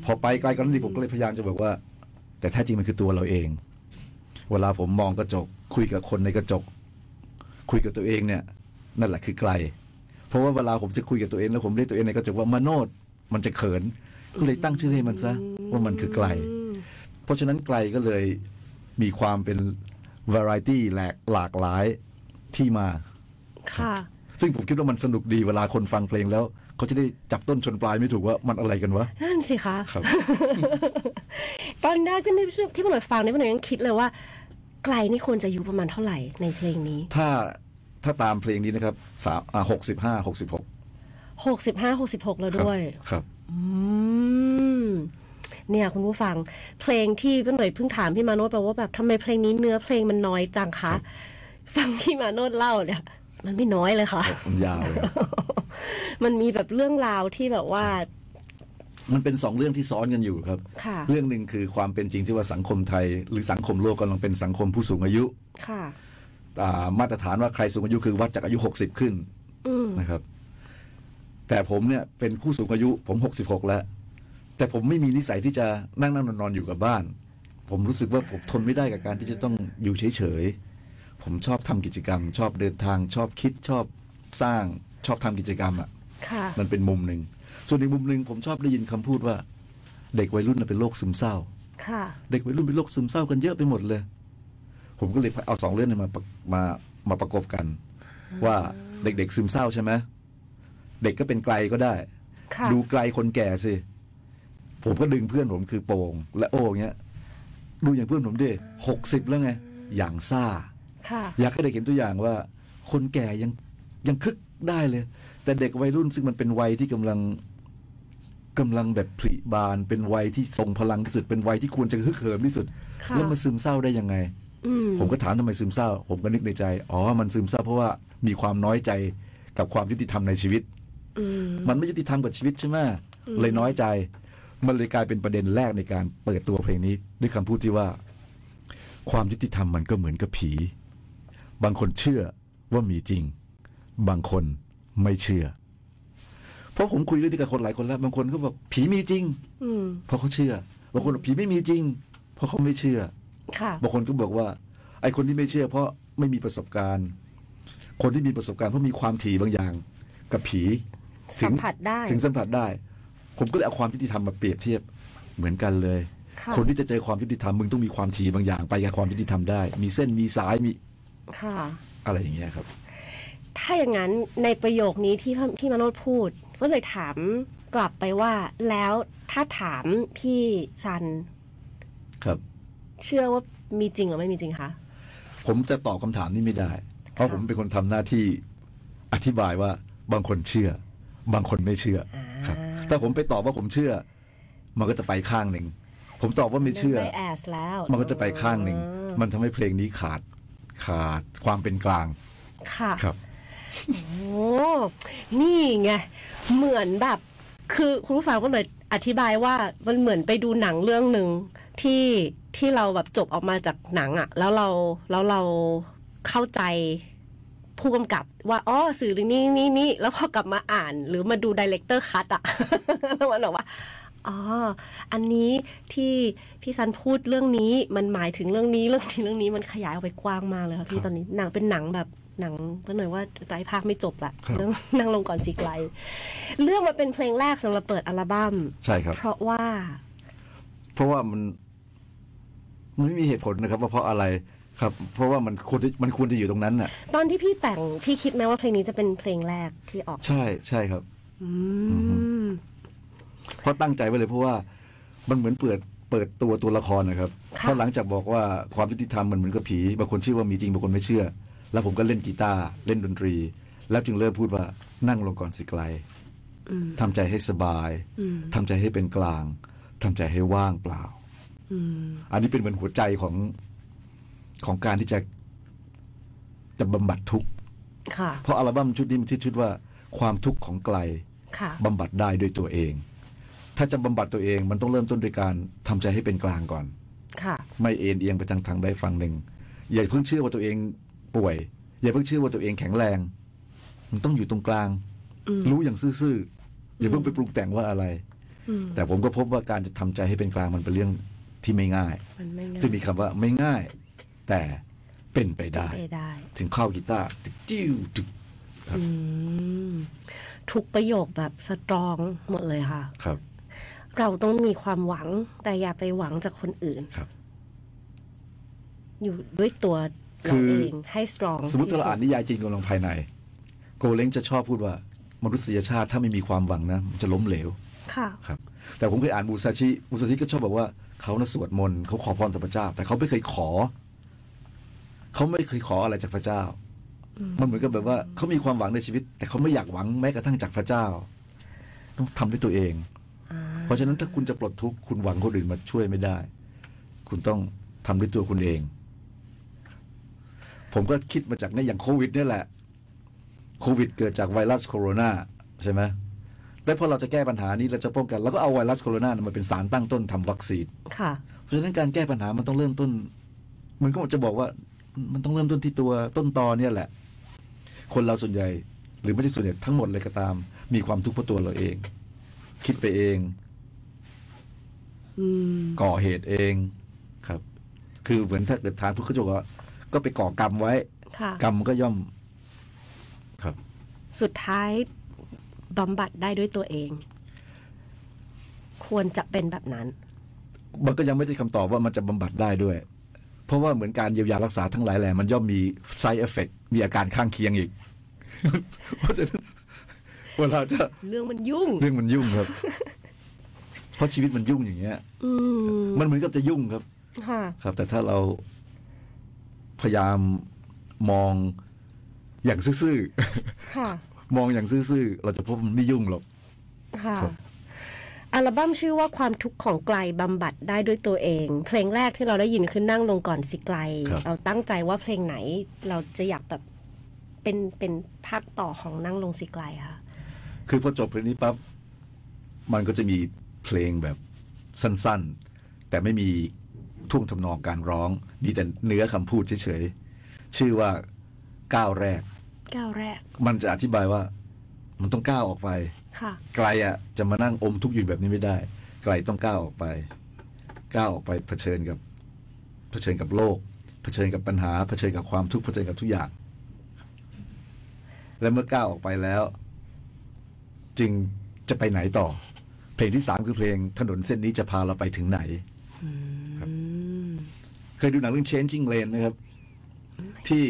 Speaker 2: พอไปไกลกว่านั้นดีผมก็เลยพยายามจะบอกว่า แต่แท้จริงมันคือตัวเราเอง เวลาผมมองกระจก คุยกับคนในกระจก คุยกับตัวเองเนี่ย นั่นแหละคือไกล เพราะว่าเวลาผมจะคุยกับตัวเองแล้วผมเรียกตัวเองในกระจกว่ามโนดมันจะเขินก็เลยตั้งชื่อให้มันซะว่ามันคือไกล เพราะฉะนั้นไกลก็เลยมีความเป็น variety หลากหลากหลายที่มา
Speaker 3: ค่ะ
Speaker 2: ซึ่งผมคิดว่ามันสนุกดีเวลาคนฟังเพลงแล้ว เขาจะได้จับต้นชนปลายไม่ถูกว่ามันอะไรกันวะ
Speaker 3: นั่นสิคะ
Speaker 2: ครับ
Speaker 3: ตอนแรกที่ที่พวกหน่อยฟังเนี่ยพวกหน่อยยังคิดเลยว่า ไกลนี่ควรจะอายู่ประมาณเท่าไหร่ในเพลงนี้
Speaker 2: ถ้าถ้าตามเพลงนี้นะครับสามหกสิบห้าหกสิบหก
Speaker 3: หกสิบห้าหกสิบหกแล้วด้วย
Speaker 2: ครับ
Speaker 3: อืมเนี่ยคุณผู้ฟัง เพลงที่พี่หน่อยเพิ่งถามพี่มาโนดไปว่าแบบทำไมเพลงนี้เนื้อเพลงมันน้อยจังคะ ฟังพี่มาโนดเล่าเนี่ย มันไม่น้อยเลยค่ะ
Speaker 2: มันยาวเลยครับ
Speaker 3: มันมีแบบเรื่องราวที่แบบว่า
Speaker 2: มันเป็นสองเรื่องที่ซ้อนกันอยู่ครับ
Speaker 3: ค่ะ
Speaker 2: เรื่องหนึ่งคือความเป็นจริงที่ว่าสังคมไทย หรือสังคมโลกกำลังเป็นสังคมผู้สูงอายุ
Speaker 3: ค่ะ
Speaker 2: อ่ามาตรฐานว่าใครสูงอายุคือวัดจากอายุ 60 ขึ้น
Speaker 3: อืม
Speaker 2: นะครับ แต่ผมเนี่ยเป็นผู้สูงอายุ ผม 66 แล้ว แต่ผมไม่มีนิสัยที่จะนั่งนั่งนอนนอนๆอยู่กับบ้าน ผมรู้สึกว่าผมทนไม่ได้กับการที่จะต้องอยู่เฉยๆผมชอบทำกิจกรรม ชอบเดินทาง ชอบคิดชอบสร้างชอบทำกิจกรรมอ่ะ
Speaker 3: ค่ะ
Speaker 2: มันเป็นมุมหนึ่ง ส่วนอีกมุมหนึ่งผมชอบได้ยินคำพูดว่า เด็กวัยรุ่นน่ะเป็นโรคซึมเศร้า
Speaker 3: ค่ะ
Speaker 2: เด็กวัยรุ่นเป็นโรคซึมเศร้ากันเยอะไปหมดเลย ผมก็เลยเอาสองเรื่องนี้มาประมามาประกบกัน ว่าเด็กๆซึมเศร้าใช่ไหมเด็กก็เป็นไกลก็ได้
Speaker 3: ค่ะ
Speaker 2: ดูไกลคนแก่สิ ผมก็ดึงเพื่อนผมคือโปงและโอ้งเงี้ย ดูอย่างเพื่อนผมดิหกสิบแล้วไง อย่างซ่า
Speaker 3: ค่ะ
Speaker 2: อยากให้เด็กเห็นตัวอย่างว่า คนแก่ยังยังคึกได้เลย แต่เด็กวัยรุ่นซึ่งมันเป็นวัยที่กำลังกำลังแบบผลิบาน เป็นวัยที่ทรงพลังที่สุด เป็นวัยที่ควรจะฮึกเหิมที่สุด
Speaker 3: ค่ะ
Speaker 2: แล้วมาซึมเศร้าได้ยังไง
Speaker 3: อืม
Speaker 2: ผมก็ถามทำไมซึมเศร้า ผมก็นึกในใจ อ๋อ มันซึมเศร้าเพราะว่ามีความน้อยใจกับความยุติธรรมในชีวิต
Speaker 3: อืม
Speaker 2: มันไม่ยุติธรรมกับชีวิตใช่ไหมเลยน้อยใจ มันเลยกลายเป็นประเด็นแรกในการเปิดตัวเพลงนี้ ด้วยคำพูดที่ว่า ความยุติธรรมมันก็เหมือนกับผี บางคนเชื่อว่ามีจริง บางคนไม่เชื่อ เพราะผมคุยเรื่องนี้กับคนหลายคนแล้ว บางคนก็บอกผีมีจริง
Speaker 3: อืม
Speaker 2: เพราะเขาเชื่อ บางคนบอกผีไม่มีจริง เพราะเขาไม่เชื่อ
Speaker 3: ค่ะ
Speaker 2: บางคนก็บอกว่า ไอ้คนที่ไม่เชื่อ เพราะไม่มีประสบการณ์ คนที่มีประสบการณ์เพราะมีความถี่บางอย่าง กับผีถึ
Speaker 3: สั
Speaker 2: ง
Speaker 3: มผัสได้
Speaker 2: ถึงสัมผัสได้ ผมก็เลยเอาความยุติธรรมมาเปรียบเทียบเหมือนกันเลย
Speaker 3: ค่ะ
Speaker 2: นที่จะเจอความยุติธรรมมึงต้องมีความถี่บางอย่าง ไปกับความยุติธรรมได้ มีเส้นมีสายมี
Speaker 3: ค่ะ
Speaker 2: อะไรอย่างเงี้ยครับ
Speaker 3: ถ้าอย่างนั้นในประโยคนี้ที่พี่พี่มาโนดพูด ก็เลยถามกลับไปว่า แล้วถ้าถามพี่ซัน
Speaker 2: ครับ
Speaker 3: เชื่อว่ามีจริงหรือไม่มีจริงคะ
Speaker 2: ผมจะตอบคำถามนี้ไม่ได้ เพราะผมเป็นคนทำหน้าที่อธิบายว่าบางคนเชื่อ บางคนไม่เชื่อครับถ้าผมไปตอบว่าผมเชื่อ มันก็จะไปข้างหนึ่งผมตอบว่าไม่เชื่อ
Speaker 3: ไม่แอสแล้ว
Speaker 2: มันก็จะไปข้างหนึ่งมันทำให้เพลงนี้ขาดขาดความเป็นกลาง
Speaker 3: ค่ะ
Speaker 2: ครับ
Speaker 3: โอ้ นี่ไง เหมือนแบบ คือคุณผู้ฟังก็เลยอธิบายว่ามันเหมือนไปดูหนังเรื่องหนึ่งที่ที่เราแบบจบออกมาจากหนังอะแล้วเราแล้วเราเข้าใจผู้กำกับว่าอ๋อสื่อเรื่องนี้นี่นี่แล้วพอกลับมาอ่าน หรือมาดูดีเลกเตอร์คัตอะ แล้วมันบอกว่า อ๋อ อันนี้ที่พี่ซันพูดเรื่องนี้มันหมายถึงเรื่องนี้เรื่องนี้เรื่องนี้มันขยายออกไปกว้างมากเลยค่ะพี่ตอนนี้หนังเป็นหนังแบบหนังก็หน่อยว่าไตรภาคไม่จบละ
Speaker 2: ครับ
Speaker 3: เรื่องนั่งลงก่อนสีไกล เรื่องมันเป็นเพลงแรกสำหรับเปิดอัลบั้ม
Speaker 2: ใช่ครับ
Speaker 3: เพราะว่า
Speaker 2: เพราะว่ามันมันไม่มีเหตุผลนะครับว่าเพราะอะไรครับ เพราะว่ามันควรจะมันควรจะอยู่ตรงนั้นน่ะ
Speaker 3: ตอนที่พี่แต่งพี่คิดไหมว่าเพลงนี้จะเป็นเพลงแรกที่ออก
Speaker 2: ใช่ใช่ครับ
Speaker 3: อืม
Speaker 2: เพราะตั้งใจไว้เลยเพราะว่ามันเหมือนเปิดเปิดตัวตัวละครนะครับ
Speaker 3: ค่ะ
Speaker 2: เพราะหลังจากบอกว่าความยุติธรรมมันเหมือนกับผีบางคนเชื่อว่ามีจริงบางคนไม่เชื่อ แล้วผมก็เล่นกีตาร์เล่นดนตรี แล้วจึงเริ่มพูดว่านั่งลงก่อนสิไกลทำใจให้สบายทำใจให้เป็นกลางทำใจให้ว่างเปล่า
Speaker 3: อืม
Speaker 2: อันนี้เป็นเหมือนหัวใจของของการที่จะจะบำบัดทุกข์
Speaker 3: ค่ะ
Speaker 2: เพราะอัลบั้มชุดนี้มันชื่อชุดว่าความทุกข์ของไกล
Speaker 3: ค่ะ
Speaker 2: บำบัดได้ด้วยตัวเอง ถ้าจะบำบัดตัวเองมันต้องเริ่มต้นด้วยการทำใจให้เป็นกลางก่อน
Speaker 3: ค่ะ
Speaker 2: ไม่เอ็นเอียงไปทางทางใดฝั่งหนึ่ง อย่าเพิ่งเชื่อว่าตัวเองป่วย อย่าเพิ่งเชื่อว่าตัวเองแข็งแรง มันต้องอยู่ตรงกลาง รู้อย่างซื่อๆอย่าเพิ่งไปปรุงแต่งว่าอะไร
Speaker 3: อืม
Speaker 2: แต่ผมก็พบว่าการจะทำใจให้เป็นกลางมันเป็นเรื่องที่ไม่ง่าย
Speaker 3: มันไม่ง่าย
Speaker 2: จะมีคำว่าไม่ง่าย แต่เป็นไปได้
Speaker 3: ไม่ได้
Speaker 2: ถึงเข้ากีตาร์ตึกจิ้วตึก
Speaker 3: อืม ทุกประโยคแบบสตรองหมดเลยค่ะ
Speaker 2: ครับ
Speaker 3: เราต้องมีความหวังแต่อย่าไปหวังจากคนอื่น
Speaker 2: ครับ
Speaker 3: อยู่ด้วยตัว
Speaker 2: คื
Speaker 3: เรา
Speaker 2: อ
Speaker 3: เองให้สตรอง
Speaker 2: สมมติ
Speaker 3: ที่
Speaker 2: เราอ่านนิยายจีนกำลังภายใน โกเล้งจะชอบพูดว่า มนุษยชาติถ้าไม่มีความหวังนะมันจะล้มเหลว
Speaker 3: ค่ะ
Speaker 2: ครับ แต่ผมเคยอ่านมูซาชิมูซาชิก็ชอบบอกว่าเขานะสวดมนต์เขาขอพรจากพระเจ้า แต่เขาไม่เคยขอ เขาไม่เคยขออะไรจากพระเจ้า มันเหมือนกับแบบว่าเขามีความหวังในชีวิต แต่เขาไม่อยากหวังแม้กระทั่งจากพระเจ้า ต้องทำด้วยตัวเอง เพราะฉะนั้นถ้าคุณจะปลดทุกข์คุณหวังคนอื่นมาช่วยไม่ได้ คุณต้องทำด้วยตัวคุณเอง ผมก็คิดมาจากเนี่ยอย่างโควิดเนี่ยแหละ โควิดเกิดจากไวรัสโคโรนาใช่ไหมแต่พอเราจะแก้ปัญหานี้เราจะป้องกันเราก็เอาไวรัสโคโรนามาเป็นสารตั้งต้นทำวัคซีน
Speaker 3: ค่ะ
Speaker 2: เพราะฉะนั้นการแก้ปัญหามันต้องเริ่มต้น มันก็จะบอกว่ามันต้องเริ่มต้นที่ตัวต้นตอเนี่ยแหละ คนเราส่วนใหญ่ หรือไม่ใช่ส่วนใหญ่ทั้งหมดเลยก็ตาม มีความทุกข์เพราะตัวเราเอง คิดไปเอง
Speaker 3: อืม
Speaker 2: ก่อเหตุเองครับ คือเหมือนถ้าเกิดทางพุทธเขาจะบอกว่าก็ไปก่อกรรมไว้
Speaker 3: ค่ะ
Speaker 2: กรรมก็ย่อม ครับ
Speaker 3: สุดท้ายบำบัดได้ด้วยตัวเอง ควรจะเป็นแบบนั้น
Speaker 2: มันก็ยังไม่ได้คำตอบว่ามันจะบำบัดได้ด้วย เพราะว่าเหมือนการเยียวยารักษาทั้งหลายแหล่มันย่อมมี side effect มีอาการข้างเคียงอีก เพราะฉะนั้น เวลาจะ
Speaker 3: เรื่องมันยุ่ง
Speaker 2: เรื่องมันยุ่งครับ เพราะชีวิตมันยุ่งอย่างเงี้ย
Speaker 3: อืม
Speaker 2: มันเหมือนกับจะยุ่งครับ
Speaker 3: ค่ะ
Speaker 2: ครับ แต่ถ้าเราพยายามมองอย่างซื่อ
Speaker 3: ค่ะ
Speaker 2: ๆ มองอย่างซื่อๆ เราจะพบมันไม่ยุ่งหรอก
Speaker 3: ค่ะ
Speaker 2: ครับ
Speaker 3: อัลบั้มชื่อว่าความทุกข์ของไกลบำบัดได้ด้วยตัวเอง เพลงแรกที่เราได้ยินคือนั่งลงก่อนสิไกล
Speaker 2: ครับ
Speaker 3: เราตั้งใจว่าเพลงไหน เราจะอยากแบบเป็นเป็นภาคต่อของนั่งลงสิไกลค่ะ
Speaker 2: คือพอจบเพลงนี้ปั๊บ มันก็จะมีเพลงแบบสั้นๆ แต่ไม่มีท่วงทำนองการร้อง มีแต่เนื้อคำพูดเฉยๆ ชื่อว่าก้าวแรก
Speaker 3: ก้าวแรก
Speaker 2: มันจะอธิบายว่า มันต้องก้าวออกไป
Speaker 3: ค่ะ
Speaker 2: ไกลอ่ะจะมานั่งอมทุกข์อยู่แบบนี้ไม่ได้ ไกลต้องก้าวออกไปก้าวออกไปเผชิญกับ เผชิญกับโลก เผชิญกับปัญหา เผชิญกับความทุกข์เผชิญกับทุกอย่าง และเมื่อก้าวออกไปแล้ว จึงจะไปไหนต่อ เพลงที่สามคือเพลงถนนเส้นนี้จะพาเราไปถึงไหนครับเคยดูหนังเรื่อง Changing Lane นะครับ ที่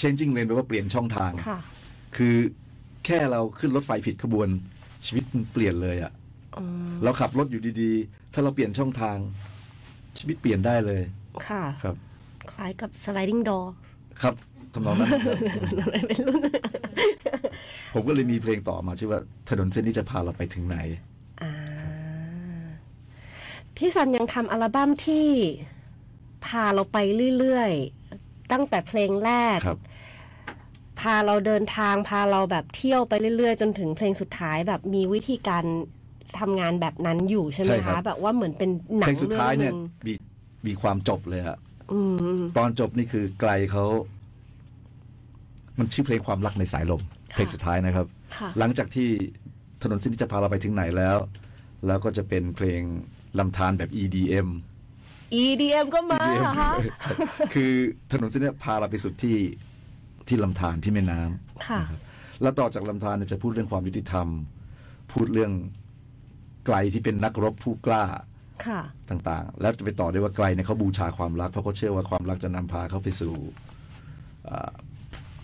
Speaker 2: Changing Lane แปลว่าเปลี่ยนช่องทาง
Speaker 3: ค่ะ
Speaker 2: คือแค่เราขึ้นรถไฟผิดขบวน ชีวิตมันเปลี่ยนเลยอะ
Speaker 3: อ๋อ
Speaker 2: เราขับรถอยู่ดีๆ ถ้าเราเปลี่ยนช่องทาง ชีวิตเปลี่ยนได้เลย
Speaker 3: ค่ะ
Speaker 2: ครับ
Speaker 3: คล้ายกับ sliding door
Speaker 2: ครับทำนองนั้น ครับ
Speaker 3: อะไรเป็นรุ่น
Speaker 2: ผมก็เลยมีเพลงต่อมาชื่อว่าถนนเส้นนี้จะพาเราไปถึงไหน
Speaker 3: อ่าพี่สันยังทำอัลบั้มที่พาเราไปเรื่อยๆ ตั้งแต่เพลงแรก
Speaker 2: ครับ
Speaker 3: พาเราเดินทาง พาเราแบบเที่ยวไปเรื่อยๆ จนถึงเพลงสุดท้ายแบบมีวิธีการทำงานแบบนั้นอยู่ใช่ไหม
Speaker 2: ใช่ครั
Speaker 3: คะ
Speaker 2: บ
Speaker 3: แบบว่าเหมือนเป็นหนั
Speaker 2: เพล
Speaker 3: ง
Speaker 2: งสุดท้ายเนี่ย
Speaker 3: รื่อ
Speaker 2: มีมีความจบเลยอะ
Speaker 3: งอืม
Speaker 2: ตอนจบนี่คือไกลเขา มันชื่อเพลงความรักในสายลม เพลงสุดท้ายนะครับ
Speaker 3: ค่ะ
Speaker 2: หลังจากที่ถนนเส้นที่จะพาเราไปถึงไหนแล้ว แล้วก็จะเป็นเพลงลำธารแบบ EDM
Speaker 3: EDM ก็มาเหรอคะ
Speaker 2: คือถนนเส้นเนี้ยพาเราไปสุดที่ที่ลำธารที่แม่น้ำ
Speaker 3: ค่ะ
Speaker 2: นะครับแล้วต่อจากลำธารเนี่ยจะพูดเรื่องความยุติธรรม พูดเรื่องไกลที่เป็นนักรบผู้กล้า
Speaker 3: ค่ะ
Speaker 2: ต่างๆ แล้วจะไปต่อได้วยว่าไกลเนี่ยเขาบูชาความรักเพราะเขาเชื่อว่าความรักจะนำพาเขาไปสู่อ่า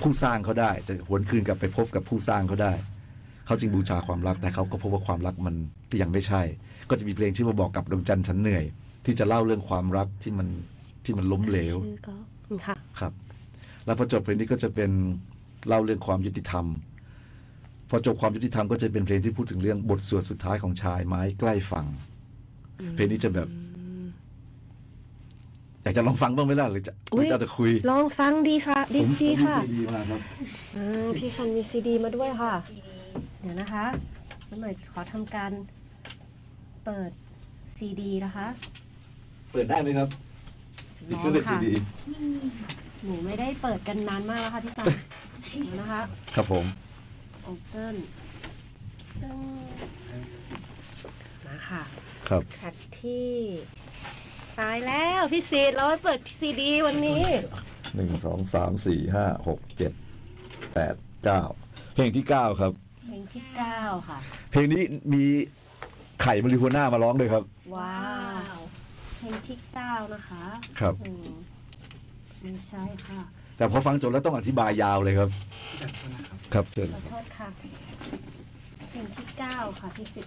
Speaker 2: ผู้สร้างเขาได้ จะหวนคืนกลับไปพบกับผู้สร้างเขาได้ เขาจึงบูชาความรักแต่เขาก็พบว่าความรักมันยังไม่ใช่ ก็จะมีเพลงชื่อว่าบอกกับดวงจันทร์ฉันเหนื่อย ที่จะเล่าเรื่องความรักที่มันที่มันล้มเหลว
Speaker 3: ชื่อก็ค่ะ
Speaker 2: ครับ แล้วพอจบเพลงนี้ก็จะเป็นเล่าเรื่องความยุติธรรม พอจบความยุติธรรมก็จะเป็นเพลงที่พูดถึงเรื่องบทสวดสุดท้ายของชายไม้ใกล้ฝั่งเพลงนี้จะแบบอยากจะลองฟังบ้างไหมล่ะหรือจะห
Speaker 3: อุ๊
Speaker 2: รื
Speaker 3: ย
Speaker 2: อจะเอาแต่คุย
Speaker 3: ลองฟังดีซะดีดีค่ะ
Speaker 2: ดีมากครับ
Speaker 3: อ่าพี่ซันมีซีดีมาด้วยค่ะ เดี๋ยวนะคะน้ำหน่อยขอทำการเปิดซีดีนะคะ
Speaker 2: เปิดได้ไหมครับ
Speaker 3: ลองค่ะ หนูไม่ได้เปิดกันนานมากแล้วค่ะพี่ซันเดี๋ยวนะคะ
Speaker 2: ครับผม
Speaker 3: open ตึ้งมาค่ะ
Speaker 2: ครับ
Speaker 3: แท็กที่ ตายแล้วพี่ซีดเราไปเปิดซีดีวันนี้
Speaker 2: หนึ่งสองสามสี่ห้าหกเจ็ดแปดเก้าเพลงที่เก้าครับ
Speaker 3: เพลงที่เก้าค่ะ
Speaker 2: เพลงนี้มีไข่มาริโฮน่ามาร้องด้วยครับ
Speaker 3: ว้าว เพลงที่เก้านะคะ
Speaker 2: ครับ
Speaker 3: อืมไม่ใช่ค่ะ
Speaker 2: แต่พอฟังจบแล้วต้องอธิบายยาวเลยครับ ครับเชิญ
Speaker 3: ขอโทษค่ะเพลงที่เก้าค่ะที่สิบ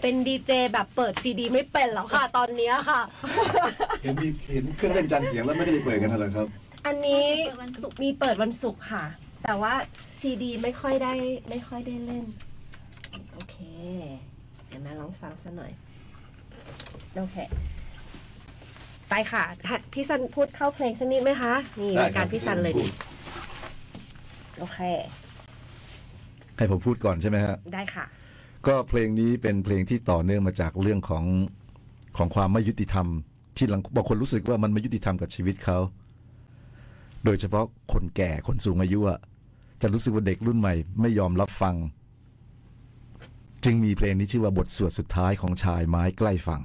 Speaker 3: เป็นดีเจแบบเปิดซีดีไม่เป็นหรอกค่ะ ตอนเนี้ยค่ะ
Speaker 2: เห็นมีเห็นเครื่องเล่นจันเสียงแล้วไม่ได้เปิดกันอะไรครับ
Speaker 3: อันนี้มีเปิดวันศุกร์ค่ะ แต่ว่าซีดีไม่ค่อยได้ไม่ค่อยได้เล่น โอเค เดี๋ยวมาลองฟังซะหน่อย โอเค ไปค่ะถ้าพี่สันพูดเข้าเพลงสักนิดไหมคะ นี่
Speaker 2: ได้
Speaker 3: ราย
Speaker 2: ครั
Speaker 3: การ
Speaker 2: บ
Speaker 3: พี่สันเลย
Speaker 2: พู
Speaker 3: ดิ
Speaker 2: ด
Speaker 3: โอเค
Speaker 2: ให้ผมพูดก่อนใช่ไหมฮะ
Speaker 3: ได้ค่ะ
Speaker 2: ก็เพลงนี้เป็นเพลงที่ต่อเนื่องมาจากเรื่องของของความไม่ยุติธรรม ที่หลังบางคนรู้สึกว่ามันไม่ยุติธรรมกับชีวิตเขา โดยเฉพาะคนแก่คนสูงอายุอะจะรู้สึกว่าเด็กรุ่นใหม่ ไม่ยอมรับฟัง จึงมีเพลงนี้ชื่อว่าบทสวดสุดท้ายของชายไม้ใกล้ฝั่ง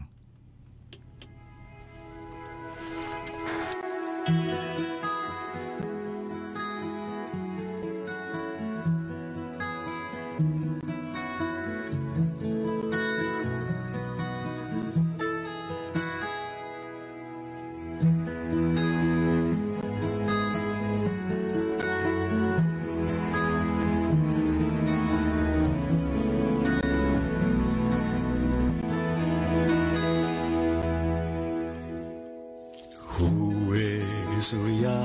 Speaker 1: Huwe Surya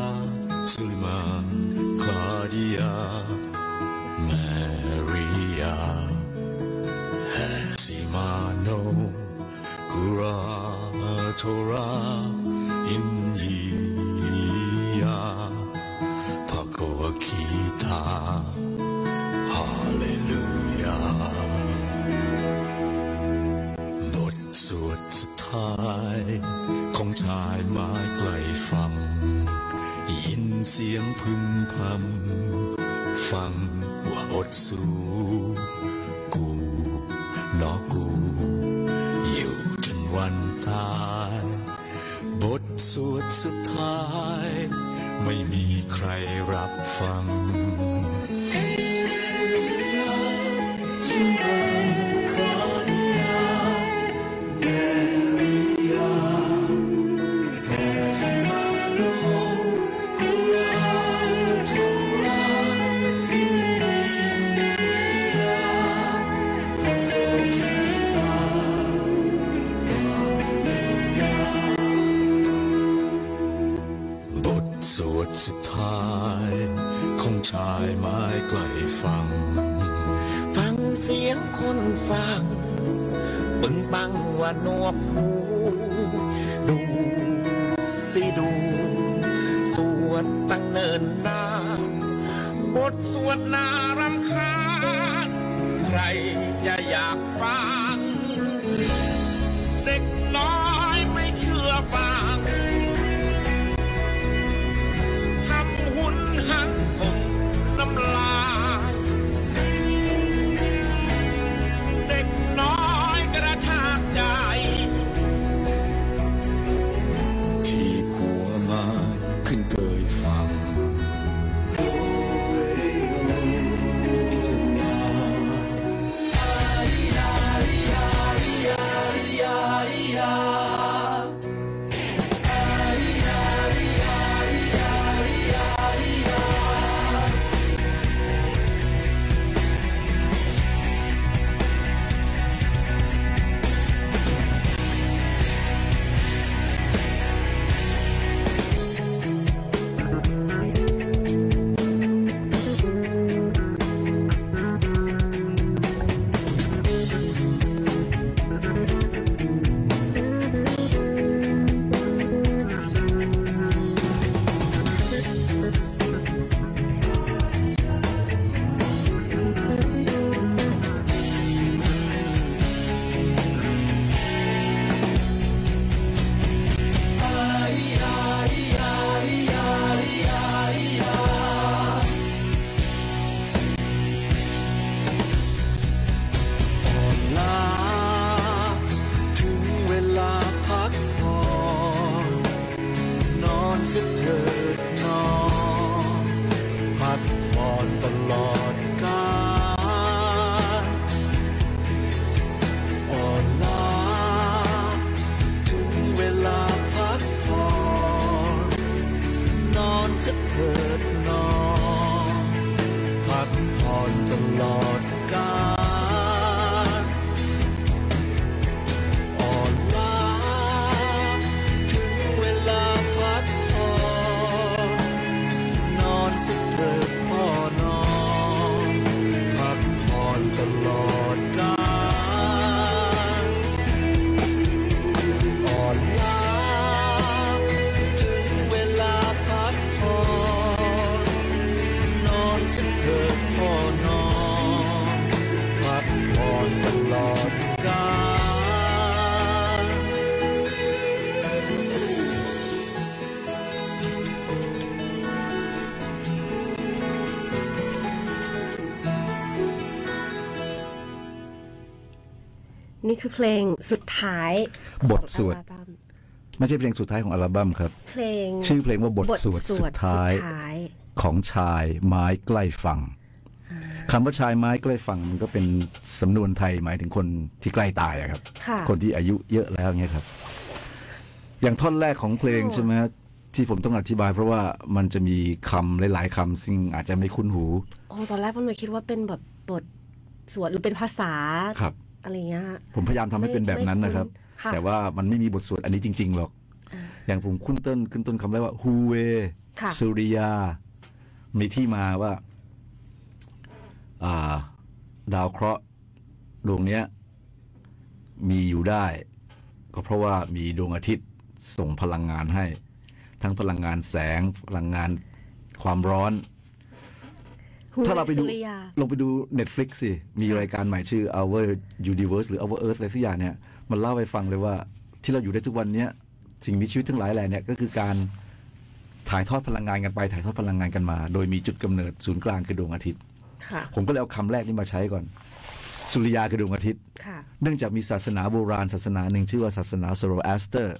Speaker 1: Suleiman Claudia Maria Simano Kura Torah India Pakoa Kita Hallelujah บทสวดสุดท้ายของชายไม้ไกลฟังยินเสียงพึมพำฟังว่าอดสู้กูหนอกู อยู่จนวันตาย บทสวดสุดท้าย ไม่มีใครรับฟัง บทสวดสุดท้ายของชายไม้ไกลฟัง
Speaker 4: ฟังเสียงคนฟัง ปึงปังว่าหนวกหู ดูสิดู สวดตั้งเนินนานบทสวดนารำคาญ ใครจะอยากฟัง เด็กน้อยไม่เชื่อฟัง ทำหุ่นหันผงน้ำลาย เด็กน้อยกระชากใจ
Speaker 1: ที่หัวมาขึ้นเกยฟัง
Speaker 4: Maria,
Speaker 3: นี่คือเพลงสุดท้าย
Speaker 2: บทสวด
Speaker 3: ของอัลบั้ม
Speaker 2: ไม่ใช่เพลงสุดท้ายของอัลบั้มครับ
Speaker 3: เพลง
Speaker 2: ชื่อเพลงว่าบทสวดสุดท้าย
Speaker 3: ย
Speaker 2: ของชายไม้ใกล้ฝั่งคำว่าชายไม้ใกล้ฝั่งมันก็เป็นสำนวนไทยหมายถึงคนที่ใกล้ตายอะครับ
Speaker 3: ค่ะ
Speaker 2: คนที่อายุเยอะแล้วเนี่ยครับ อย่างท่อนแรกของเพลง
Speaker 3: สู้
Speaker 2: ใช่ไหมฮะที่ผมต้องอธิบาย เพราะว่ามันจะมีคำหลายๆคำซึ่งอาจจะไม่คุ้นหู
Speaker 3: โอ้ตอนแรกผมเลยคิดว่าเป็นแบบบทสวดหรือเป็นภาษา
Speaker 2: ครับ
Speaker 3: อะไรเงี้ย
Speaker 2: ผมพยายามทำให้เป็นแบบนั้นนะครับ
Speaker 3: ไม่คุ้นค่ะ
Speaker 2: แต่ว่ามันไม่มีบทสวดอันนี้จริง ๆ หรอก อย่างผมขึ้นต้นขึ้นต้นคำแรกว่าฮูเว
Speaker 3: ค่ะ
Speaker 2: สุริยา มีที่มาว่า อ่า ดาวเคราะห์ดวงเนี้ย มีอยู่ได้ ก็เพราะว่ามีดวงอาทิตย์ส่งพลังงานให้ ทั้งพลังงานแสง พลังงานความร้อน ถ้าเราไปดู
Speaker 3: สุริยา
Speaker 2: ลงไปดู Netflix สิ มีรายการใหม่ชื่อ Our Universe หรือ Our Earth อะไรสักอย่างเนี่ย มันเล่าให้ฟังเลยว่าที่เราอยู่ได้ทุกวันเนี้ยสิ่งมีชีวิตทั้งหลายแหล่เนี่ย ก็คือการถ่ายทอดพลังงานกันไป ถ่ายทอดพลังงานกันมา โดยมีจุดกำเนิดศูนย์กลางคือดวงอาทิตย์
Speaker 3: ค่ะ
Speaker 2: ผมก็เลยเอาคำแรกนี้มาใช้ก่อน สุริยาคือดวงอาทิตย์
Speaker 3: ค่ะ
Speaker 2: เนื่องจากมีศาสนาโบราณศาสนาหนึ่งชื่อว่าศาสนาโซโรแอสเตอร์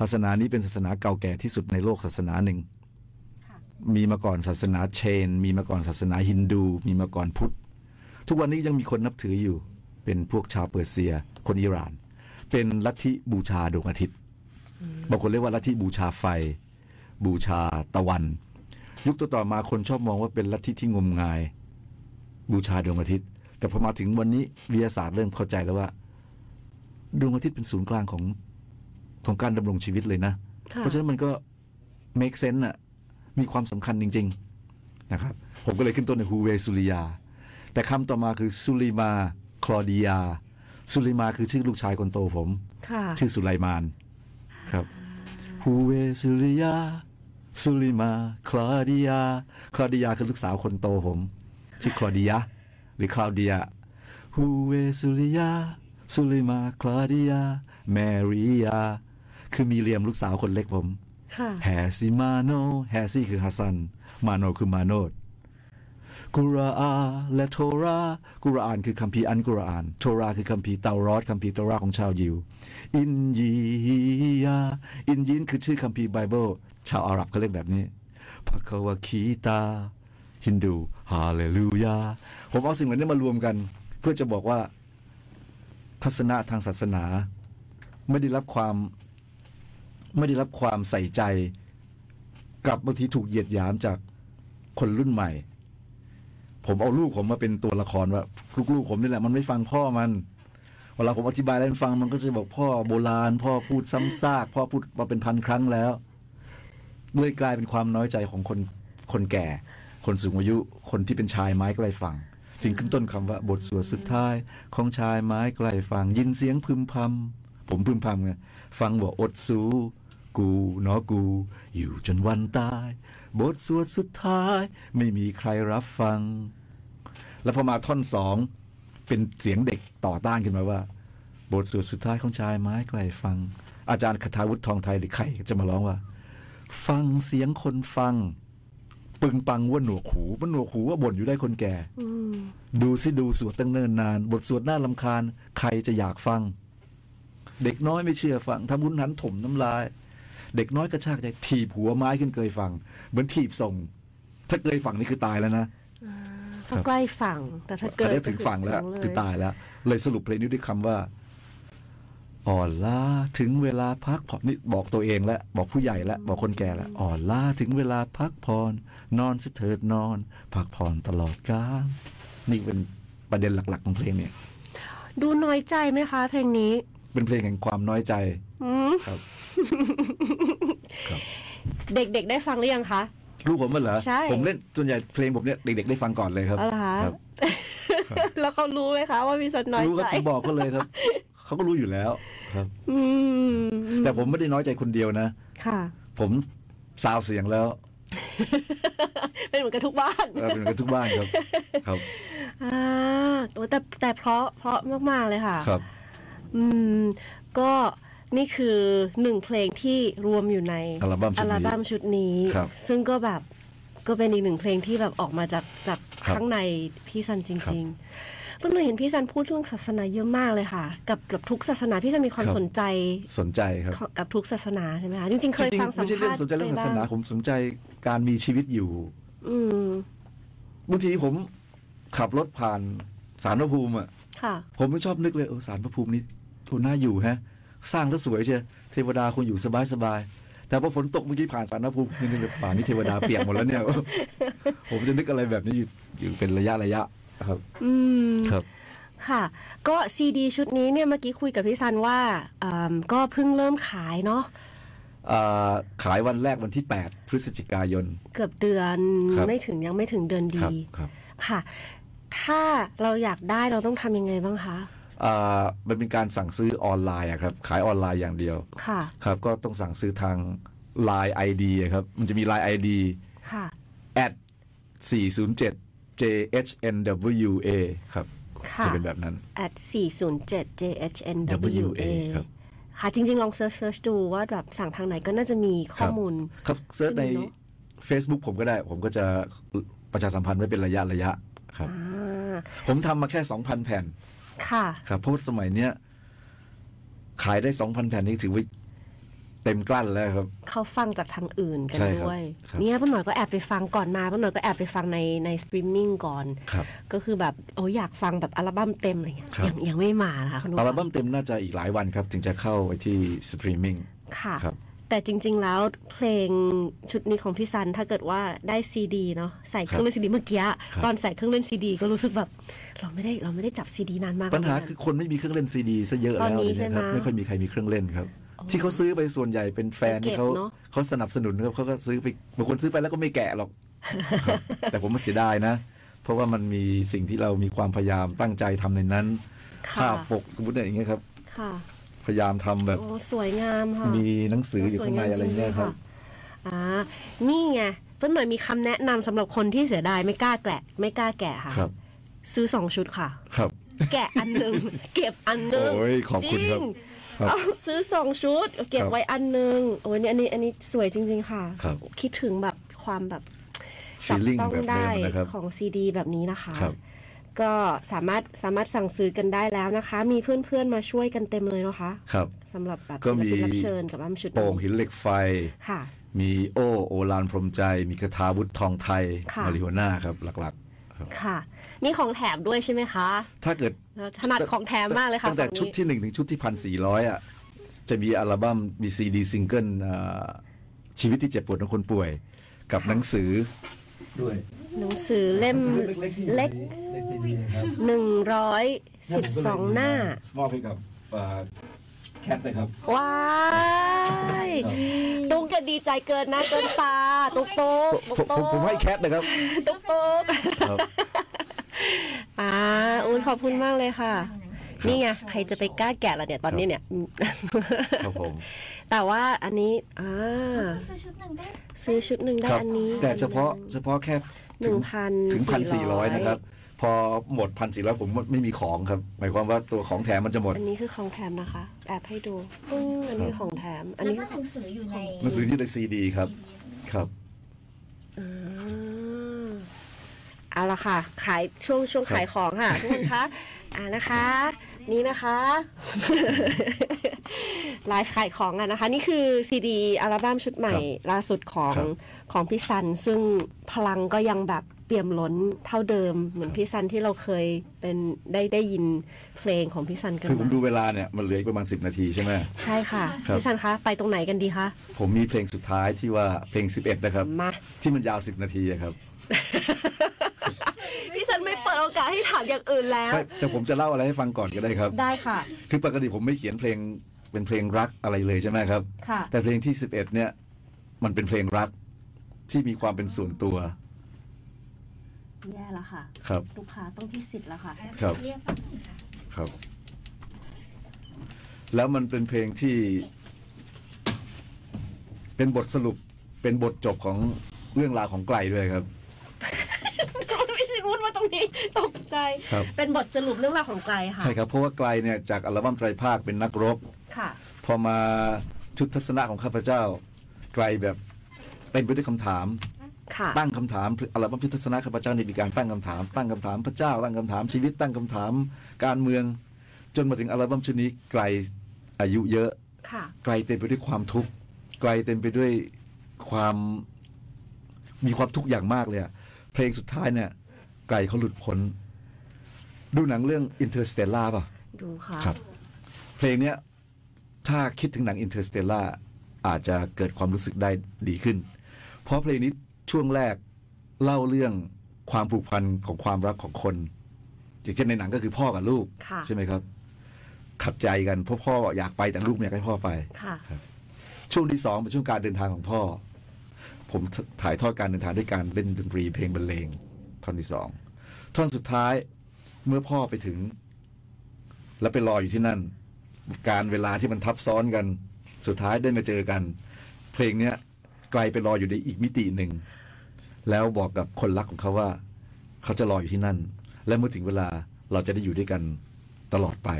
Speaker 2: ศาสนานี้เป็นศาสนาเก่าแก่ที่สุดในโลกศาสนาหนึ่ง มีมาก่อนศาสนาเชน มีมาก่อนศาสนาฮินดู มีมาก่อนพุทธ ทุกวันนี้ยังมีคนนับถืออยู่ เป็นพวกชาวเปอร์เซีย คนอิหร่าน เป็นลัทธิบูชาดวงอาทิตย์ บางคนเรียกว่าลัทธิบูชาไฟ บูชาตะวัน ยุคต่อๆมาคนชอบมองว่าเป็นลัทธิที่งมงาย บูชาดวงอาทิตย์ แต่พอมาถึงวันนี้วิทยาศาสตร์เริ่มเข้าใจแล้วว่า ดวงอาทิตย์เป็นศูนย์กลางของของการดำรงชีวิตเลยนะ
Speaker 3: ค่ะ
Speaker 2: เพราะฉะนั้นมันก็ make sense อะมีความสำคัญจริง ๆ นะครับ ผมก็เลยขึ้นต้นในฮูเวสุริยา แต่คำต่อมาคือสุลิมาคลอดียา สุลิมาคือชื่อลูกชายคนโตผม
Speaker 3: ค่ะ
Speaker 2: ชื่อสุไลมานครับฮูเวสุริยา สุลิมา คลาดิยา คลาดิยาคือลูกสาวคนโตผม ชื่อคลาดิยาหรือคลาดิยาฮูเวสุริยา สุลิมา คลาดิยา แมริยา คือมีเรียมลูกสาวคนเล็กผม
Speaker 3: ค่ะ
Speaker 2: แฮซิมาโน แฮซี่คือฮัสซัน มาโนคือมาโนดกุราอาและโทรากุราอานคือคัมภีร์อันกุราอาน โทราคือคัมภีร์เตารอดคัมภีร์เตาราของชาวยิว อินยียา อินยินคือชื่อคัมภีร์ไบเบิล ชาวอาหรับเขาเรียกแบบนี้พระควาคีตา ฮินดู ฮาเลลูยา ผมเอาสิ่งเหล่านี้มารวมกัน เพื่อจะบอกว่า ทัศนะทางศาสนา ไม่ได้รับความ ไม่ได้รับความใส่ใจ กับบางทีถูกเหยียดหยามจากคนรุ่นใหม่ ผมเอาลูกผมมาเป็นตัวละครว่าลูกๆผมนี่แหละมันไม่ฟังพ่อมันเวลาผมอธิบายแล้วมันฟังมันก็จะบอกพ่อโบราณ พ่อพูดซ้ำซาก พ่อพูดมาเป็นพันครั้งแล้ว เลยกลายเป็นความน้อยใจของคนคนแก่ คนสูงอายุคนที่เป็นชายไม้ใกล้ฝั่งจึงขึ้นต้นคำว่าบทสวดสุดท้าย ของชายไม้ใกล้ฝั่งยินเสียงพึมพำผมพึมพำไงฟังว่าอดสูกูเนาะกู อยู่จนวันตาย บทสวดสุดท้าย ไม่มีใครรับฟัง แล้วพอมาท่อนสองเป็นเสียงเด็กต่อต้านขึ้นมาว่า บทสวดสุดท้ายของชายไม้ไกลฟัง อาจารย์คทาวุฒิทองไทยหรือใครจะมาร้องว่า ฟังเสียงคนฟัง ปึงปังว่าหนวกหูมันหนวกหูว่าบ่นอยู่ได้คนแก่ดูสิดูสวดตั้งเนิ่นนาน บทสวดน่าลำคาญ ใครจะอยากฟัง เด็กน้อยไม่เชื่อฟังทำวุ้นหันถมน้ำลาย เด็กน้อยกระชากใจถีบหัวไม้ขึ้นเกยฟัง เหมือนถีบส่ง ถ้าเกยฝั่งนี่คือตายแล้วนะ
Speaker 3: ถ้าใกล้ฝั่ง แต่ถ้าเกิด
Speaker 2: แต่ได้ถึงฝั่งแล้ว
Speaker 3: ถึเ
Speaker 2: คือตายแล้ว เลยสรุปเพลงนี้ด้วยคำว่า อ่อนล้าถึงเวลาพักผ่อนนี่บอกตัวเองแล้วบอกผู้ใหญ่แล้วบอกคนแก่แล้วอ่อนล้าถึงเวลาพักผ่อนนอนสิเถิดนอน พักผ่อนตลอดกาลนี่เป็นประเด็นหลัก ๆ ของเพลงเนี่ย
Speaker 3: ดูน้อยใจไหมคะ เพลงนี้
Speaker 2: เป็นเพลงแห่งความน้อยใจครับ
Speaker 3: เด็กๆ ได้ฟังหรือยังคะ
Speaker 2: ลูกผมมันเหรอ
Speaker 3: ใช่
Speaker 2: ผมเล่นส่วนใหญ่เพลงผมเนี่ยเด็กๆได้ฟังก่อนเลยครับ
Speaker 3: เอาเหรอคะ
Speaker 2: ครับ
Speaker 3: แล้วเขารู้ไหมคะว่ามีสัตว์น้อย
Speaker 2: รู้ค
Speaker 3: ใจ
Speaker 2: รับผมบอกก็เลยครับเขาก็รู้อยู่แล้วครับ
Speaker 3: อืม
Speaker 2: แต่ผมไม่ได้น้อยใจคนเดียวนะ
Speaker 3: ค่ะ
Speaker 2: ผมซาวเสียงแล้ว
Speaker 3: เป็นเหมือนกันทุกบ้าน
Speaker 2: เอ่อเป็นกันทุกบ้าน ครับ ครับ
Speaker 3: อ่าโอ้แต่แต่เพราะเพราะมากๆเลยค่ะ
Speaker 2: ครับ
Speaker 3: อืมก็นี่คือหนึ่งเพลงที่รวมอยู่ใน
Speaker 2: อัลบั้มชุดนี้
Speaker 3: อัลบั้มชุดนี้
Speaker 2: ครับ
Speaker 3: ซึ่งก็แบบก็เป็นอีกหนึ่งเพลงที่แบบออกมาจากจาก
Speaker 2: ครับ
Speaker 3: ข้างในพี่ซันจริง เพิ่งหนูเห็นพี่ซันพูดเรื่องศาสนาเยอะมากเลยค่ะ กับกับทุกศาสนาพี่ซันมีความ
Speaker 2: ครับ
Speaker 3: สนใจ
Speaker 2: สนใจครับ
Speaker 3: ของกับทุกศาสนาใช่ไหมคะจริงๆเคย
Speaker 2: จริง
Speaker 3: ฟัง
Speaker 2: ๆ
Speaker 3: สัม
Speaker 2: ไม่ใช่เรื่อ
Speaker 3: ภาง ษณ์
Speaker 2: สนใจเรื่อง
Speaker 3: ไป
Speaker 2: ศา
Speaker 3: บ้
Speaker 2: สนาผมสนใจการมีชีวิตอยู่
Speaker 3: อืม
Speaker 2: บางทีผมขับรถผ่านสารพระภูมิอ่ะ
Speaker 3: ค่ะ
Speaker 2: ผมไม่ชอบนึกเลยเออสารพระภูมินี้โหน่าอยู่ฮะ สร้างแล้วสวยเชียวเทวดาคงอยู่สบายสบายๆแต่พอฝนตกเมื่อกี้ผ่านสารพระภูมินี่เลยป่านนี้เทวดาเปียกหมดแล้วเนี่ย ผมจะนึกอะไรแบบนี้อยู่อยู่เป็นระยะระยะครับ
Speaker 3: อืม
Speaker 2: ครับ
Speaker 3: ค่ะ ก็ซีดีชุดนี้เนี่ยเมื่อกี้คุยกับพี่ซันว่าอืมก็เพิ่งเริ่มขายเนาะ
Speaker 2: อ่าขายวันแรกวันที่ 8 พฤศจิกายน
Speaker 3: เกือบเดือน
Speaker 2: ครับ
Speaker 3: ไม่ถึงยังไม่ถึงเดือน
Speaker 2: ครั
Speaker 3: ดี
Speaker 2: ครับ
Speaker 3: ค่ะ ถ้าเราอยากได้เราต้องทำยังไงบ้างคะ
Speaker 2: อ่ามันเป็นการสั่งซื้อออนไลน์อะครับ ขายออนไลน์อย่างเดียว
Speaker 3: ค่ะ
Speaker 2: ครับ ก็ต้องสั่งซื้อทาง Line ID อะครับ มันจะมี Line ID
Speaker 3: ค่ะ
Speaker 2: at 407 JHNWA ครับ
Speaker 3: ค่ะ
Speaker 2: จะเป็นแบบนั้น
Speaker 3: at 407 JHNWA
Speaker 2: WA ครับ
Speaker 3: ค่ะ จริง ๆ ลองเซิร์ชเซิร์ชดูว่าแบบสั่งทางไหนก็น่าจะมีข้อมูล
Speaker 2: ครับเซิร์ชใน
Speaker 3: ขึ้นเลยเนอะ
Speaker 2: Facebook ผมก็ได้ ผมก็จะประชาสัมพันธ์ไว้เป็นระยะระยะครับ
Speaker 3: อ่า
Speaker 2: ผมทำมาแค่ 2,000 แผ่น
Speaker 3: ค่ะ
Speaker 2: ครับเพราะว่าสมัยเนี้ยขายได้สองพันแผ่นนี่ถือว่าเต็มกลั้นแล้วครับ
Speaker 3: เขาฟังจากทางอื่นกัน
Speaker 2: ใช่ครับ
Speaker 3: ด้วย
Speaker 2: ครับ
Speaker 3: เนี่ยป้าหน่อยก็แอบไปฟังก่อนมาป้าหน่อยก็แอบไปฟังในในสตรีมมิ่งก่อน
Speaker 2: ครับ
Speaker 3: ก็คือแบบโอ้ยอยากฟังแบบอัลบั้มเต็มอะไรเงี้ย
Speaker 2: ครับ
Speaker 3: ยังยังไม่มานะคะคุณผู้
Speaker 2: อัล
Speaker 3: ฟั
Speaker 2: บั้
Speaker 3: ง
Speaker 2: มเต็มน่าจะอีกหลายวันครับ ถึงจะเข้าไปที่สตรีมมิ่ง
Speaker 3: ค่ะ
Speaker 2: ครับ
Speaker 3: แต่จริง ๆ แล้วเพลงชุดนี้ของพี่ซันถ้าเกิดว่าได้ซีดีเนาะใส่เครื่องเล่นซีดีเมื่อกี้
Speaker 2: ครับ
Speaker 3: ตอนใส่เครื่องเล่นซีดีก็รู้สึกแบบเราไม่ได้เราไม่ได้จับซีดีนานมาก
Speaker 2: ปัญหา
Speaker 3: แล้วนะ
Speaker 2: คือคนไม่มีเครื่องเล่นซีดีซะเยอะ
Speaker 3: ตอน
Speaker 2: แล้ว
Speaker 3: นี้
Speaker 2: เดี๋ยวนะครับ
Speaker 3: ใช่ไหม
Speaker 2: ไม่ค่อยมีใครมีเครื่องเล่นครับ ที่เขาซื้อไปส่วนใหญ่เป็นแฟนที่เขา
Speaker 3: เก็บเนอะ
Speaker 2: เขาสนับสนุนครับเขาก็ซื้อไปบางคนซื้อไปแล้วก็ไม่แกะหรอกครับแต่ผมมันเสียดายนะ เพราะว่ามันมีสิ่งที่เรามีความพยายามตั้งใจทำในนั้น
Speaker 3: ค่ะ
Speaker 2: ภาพปกสมมติอย่างเงี้ยครับ
Speaker 3: ค่ะ
Speaker 2: พยายามทำแบบ
Speaker 3: โอ้สวยงามค่ะ
Speaker 2: มีหนังสืออยู่ข้างในอะไรเงี้ยครับ
Speaker 3: สวยงามจริงๆะอ่า นี่ไงเพิ่นหน่อยมีคำแนะนำสำหรับคนที่เสียดายไม่กล้าแกะ ไม่กล้าแกะค่ะ
Speaker 2: ครับ
Speaker 3: ซื้อสองชุดค่ะ
Speaker 2: ครับ
Speaker 3: แกะอัน หนึ่ง เก็บอันหนึ่ง
Speaker 2: โอ้ยขอบคุณครับ
Speaker 3: จง
Speaker 2: ครับ
Speaker 3: เอาซื้อสองชุด เก็บ
Speaker 2: ครับ
Speaker 3: ไว้อันหนึ่งโอ้ยเนี่ยอันนี้อันนี้สวยจริง ๆ ค่ะ
Speaker 2: ครับ
Speaker 3: คิดถึงแบบความแบบ
Speaker 2: Feeling
Speaker 3: จับต้อง
Speaker 2: แบบเดิม
Speaker 3: ได้
Speaker 2: นะครับ
Speaker 3: ของซีดีแบบนี้นะคะ
Speaker 2: ครับ
Speaker 3: ก็สามารถสามารถสั่งซื้อกันได้แล้วนะคะ มีเพื่อนๆมาช่วยกันเต็มเลยเนาะคะ
Speaker 2: ครับ
Speaker 3: สำหรับแบบ
Speaker 2: ก็
Speaker 3: ศิล
Speaker 2: มี
Speaker 3: ปินรับเชิญกับอัมชุดนี้
Speaker 2: โป่งหินเหล็กไฟ
Speaker 3: ค่ะ
Speaker 2: มีโอโอลานพรหมใจ มีกระทาวุฒทองไทย
Speaker 3: ค่ะ
Speaker 2: มาริโฮน่าครับ หลักๆครับ
Speaker 3: ค่ะ มีของแถมด้วยใช่ไหมคะ
Speaker 2: ถ้าเกิด
Speaker 3: ถนัดของแถมมากเลยค่ะ
Speaker 2: ตั้งแต่
Speaker 3: ฝั่นี้
Speaker 2: ชุดที่หนึ่งถึงชุดที่พันสี่ร้อยอ่ะ จะมีอัลบั้มมีซีดีซิงเกิลอ่าชีวิตที่เจ็บปวดของคนป่วย กับหนังสือ
Speaker 5: ด้วย
Speaker 3: หนังสือเล่ม
Speaker 5: เล็กๆที่อยู่
Speaker 3: เล็ก
Speaker 5: ในซีดีนะครับ
Speaker 3: หนึ่งร้อยสิบสองหน้า
Speaker 2: มอบให้กับอ่าแคทนะครับ
Speaker 3: ว้ายตุ๊กจะดีใจเกินหนะเกินตาตุ๊กตุ๊ก
Speaker 2: ผมผมผมให้แคทนะครับ
Speaker 3: ตุ๊กตุ๊ก
Speaker 2: ครับ
Speaker 3: อ่าอุ้นขอบคุณมากเลยค่ะ นี่ไงใครจะไปกล้าแกะละเนี่ยตอนนี้เนี่ย
Speaker 2: ครับผม
Speaker 3: แต่ว่าอันนี้อ่า
Speaker 6: ซื้อชุดหนึ่งได้
Speaker 3: ซื้อชุดหนึ่งได้
Speaker 2: ครับ
Speaker 3: อันนี้
Speaker 2: แต่เฉพาะเฉพาะแค่
Speaker 3: ห
Speaker 2: ถึ
Speaker 3: นึ่
Speaker 2: ง
Speaker 3: งพัน
Speaker 2: ถึงพันสี่ร้อยนะครับ พอหมดพันสี่ร้อยผมไม่มีของครับ หมายความว่าตัวของแถมมันจะหมด
Speaker 3: อันนี้คือของแถมนะคะ แอบให้ดูปึ้งอันนี้ของแถม อัน
Speaker 6: แล้ว
Speaker 3: นี้
Speaker 6: ก็หนังสืออยู่ใน
Speaker 2: หนังสือที่ในซีดีครับ ครับ
Speaker 3: อ่าเอาละค่ะ ขายช่วงช่วง
Speaker 2: ครับ
Speaker 3: ขายของค่ะทุกคนคะอ่านะคะ นี่นะคะ ไลฟ์ขายของอ่ะนะคะ นี่คือซีดีอัลบั้มชุดใหม่ล่าสุดของของพี่ซัน ซึ่งพลังก็ยังแบบเปี่ยมล้นเท่าเดิม เหมือนพี่ซันที่เราเคยเป็นได้ได้ยินเพลงของพี่ซันกั
Speaker 2: คือผม
Speaker 3: นาม
Speaker 2: ดูเวลาเนี่ยมันเหลืออีกประมาณ 10 นาทีใช่ไหม
Speaker 3: ใช่ค่ะ
Speaker 2: ครับ
Speaker 3: พี่ซันคะ ไปตรงไหนกันดีคะ
Speaker 2: ผมมีเพลงสุดท้ายที่ว่าเพลง 11 นะครับ
Speaker 3: มา
Speaker 2: ที่มันยาว 10 นาทีอะครับ
Speaker 3: พี่ซันไม่เปิดโอกาสให้ถามอย่างอื่นแล้ว
Speaker 2: ไม่แต่ผมจะเล่าอะไรให้ฟังก่อนก็ได้ครับ
Speaker 3: ได้ค่ะ
Speaker 2: คือปกติผมไม่เขียนเพลงเป็นเพลงรักอะไรเลยใช่ไหมครับ
Speaker 3: ค่ะ
Speaker 2: แต่เพลงที่ 11 เนี่ย มันเป็นเพลงรักที่มีความเป็นส่วนตัว
Speaker 3: แย่แล้วค่ะ
Speaker 2: ครับ
Speaker 3: ลูกค้าต้องที่สิทธิ์แล้วค่ะ
Speaker 2: ครับ ครับ แล้วมันเป็นเพลงที่ เป็นบทสรุปเป็นบทจบของเรื่องราวของไกลด้วยครับ
Speaker 3: ไม่ใช่วุ้นมาตรงนี้ ตกใจ
Speaker 2: ครับ
Speaker 3: เป็นบทสรุปเรื่องราวของไกลค่ะ
Speaker 2: ใช่ครับ เพราะว่าไกลเนี่ยจากอัลบั้มไตรภาคเป็นนักรบ
Speaker 3: ค่ะ
Speaker 2: พอมาชุดทัศนะของข้าพเจ้า ไกลแบบเต็มไปด้วยคำถาม
Speaker 3: ค่ะ
Speaker 2: ตั้งคำถามอัลบั้มพิทัศนะข้าพเจ้าในมีการตั้งคำถาม ตั้งคำถามพระเจ้า ตั้งคำถามชีวิตตั้งคำถามการเมือง จนมาถึงอัลบั้มชุดนี้ไกลอายุเยอะ
Speaker 3: ค่ะ
Speaker 2: ไกลเต็มไปด้วยความทุกข์ไกลเต็มไปด้วยความมีความทุกข์อย่างมากเลยอะเพลงสุดท้ายเนี่ย ไกลเขาหลุดพ้น ดูหนังเรื่อง Interstellar ป่ะ
Speaker 3: ดูค่ะ
Speaker 2: ครับ เพลงเนี้ยถ้าคิดถึงหนัง Interstellar อาจจะเกิดความรู้สึกได้ดีขึ้น เพราะเพลงนี้ช่วงแรกเล่าเรื่องความผูกพันของความรักของคน อย่างเช่นในหนังก็คือพ่อกับลูก
Speaker 3: ค่ะ
Speaker 2: ใช่ไหมครับ ขัดใจกันเพราะพ่ออยากไปแต่ลูกไม่อยากให้พ่อไป
Speaker 3: ค่ะ
Speaker 2: ช่วงที่สองเป็นช่วงการเดินทางของพ่อ ผมถ่ายทอดการเดินทางด้วยการเล่นดนตรีเพลงบรรเลงท่อนที่สองท่อนสุดท้ายเมื่อพ่อไปถึง แล้วไปรออยู่ที่นั่น การเวลาที่มันทับซ้อนกัน สุดท้ายได้มาเจอกัน เพลงเนี้ยไกลไปรออยู่ในอีกมิติหนึ่ง แล้วบอกกับคนรักของเขาว่า เขาจะรออยู่ที่นั่น และเมื่อถึงเวลาเราจะได้อยู่ด้วยกันตลอดไป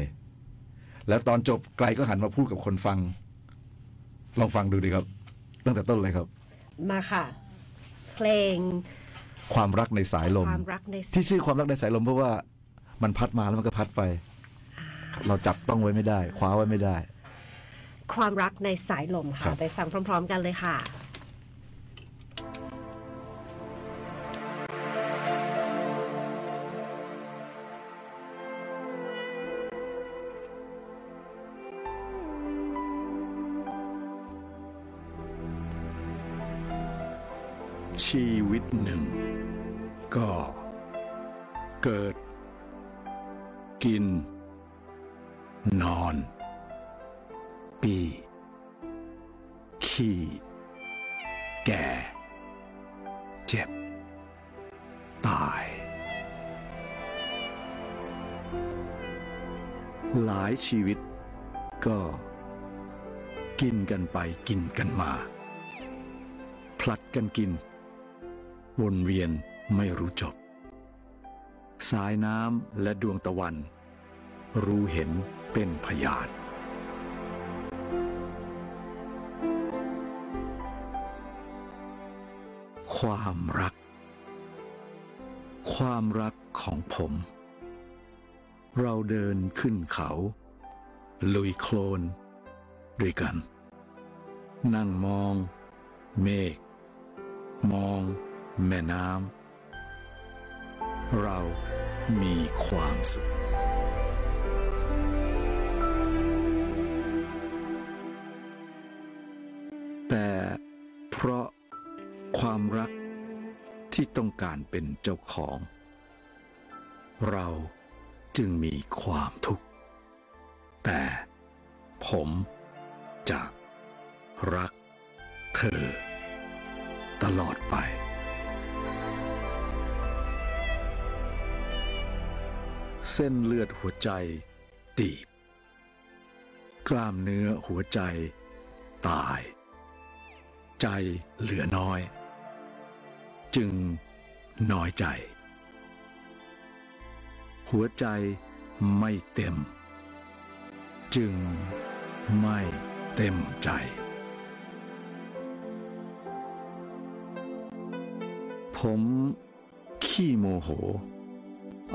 Speaker 2: แล้วตอนจบไกลก็หันมาพูดกับคนฟัง ลองฟังดูดีครับ ตั้งแต่ต้นเลยครับ
Speaker 3: มาค่ะ เพลง
Speaker 2: ความรักในสายลม
Speaker 3: ความรักในสาย
Speaker 2: ที่ชื่อความรักในสายลมเพราะว่ามันพัดมาแล้วมันก็พัดไป เราจับต้องไว้ไม่ได้ คว้าไว้ไม่ได้
Speaker 3: ความรักในสายลม
Speaker 2: ครั
Speaker 3: ค่ะ
Speaker 2: บ
Speaker 3: ไปฟังพร้อม ๆ กันเลยค่ะ
Speaker 1: ชีวิตหนึ่ง ก็ เกิด กิน นอน ปี ขี่ แก่ เจ็บ ตาย หลายชีวิต ก็ กินกันไปกินกันมา ผลัดกันกิน วนเวียนไม่รู้จบ สายน้ำและดวงตะวัน รู้เห็นเป็นพยาน ความรัก ความรักของผม เราเดินขึ้นเขา ลุยโคลน ด้วยกัน นั่งมอง เมฆมอง แม่น้ำเรามีความสุข แต่เพราะความรักที่ต้องการเป็นเจ้าของ เราจึงมีความทุกข์ แต่ผมจะรักเธอ ตลอดไป เส้นเลือดหัวใจตีบ กล้ามเนื้อหัวใจตาย ใจเหลือน้อย จึงน้อยใจ หัวใจไม่เต็ม จึงไม่เต็มใจ ผมขี้โมโห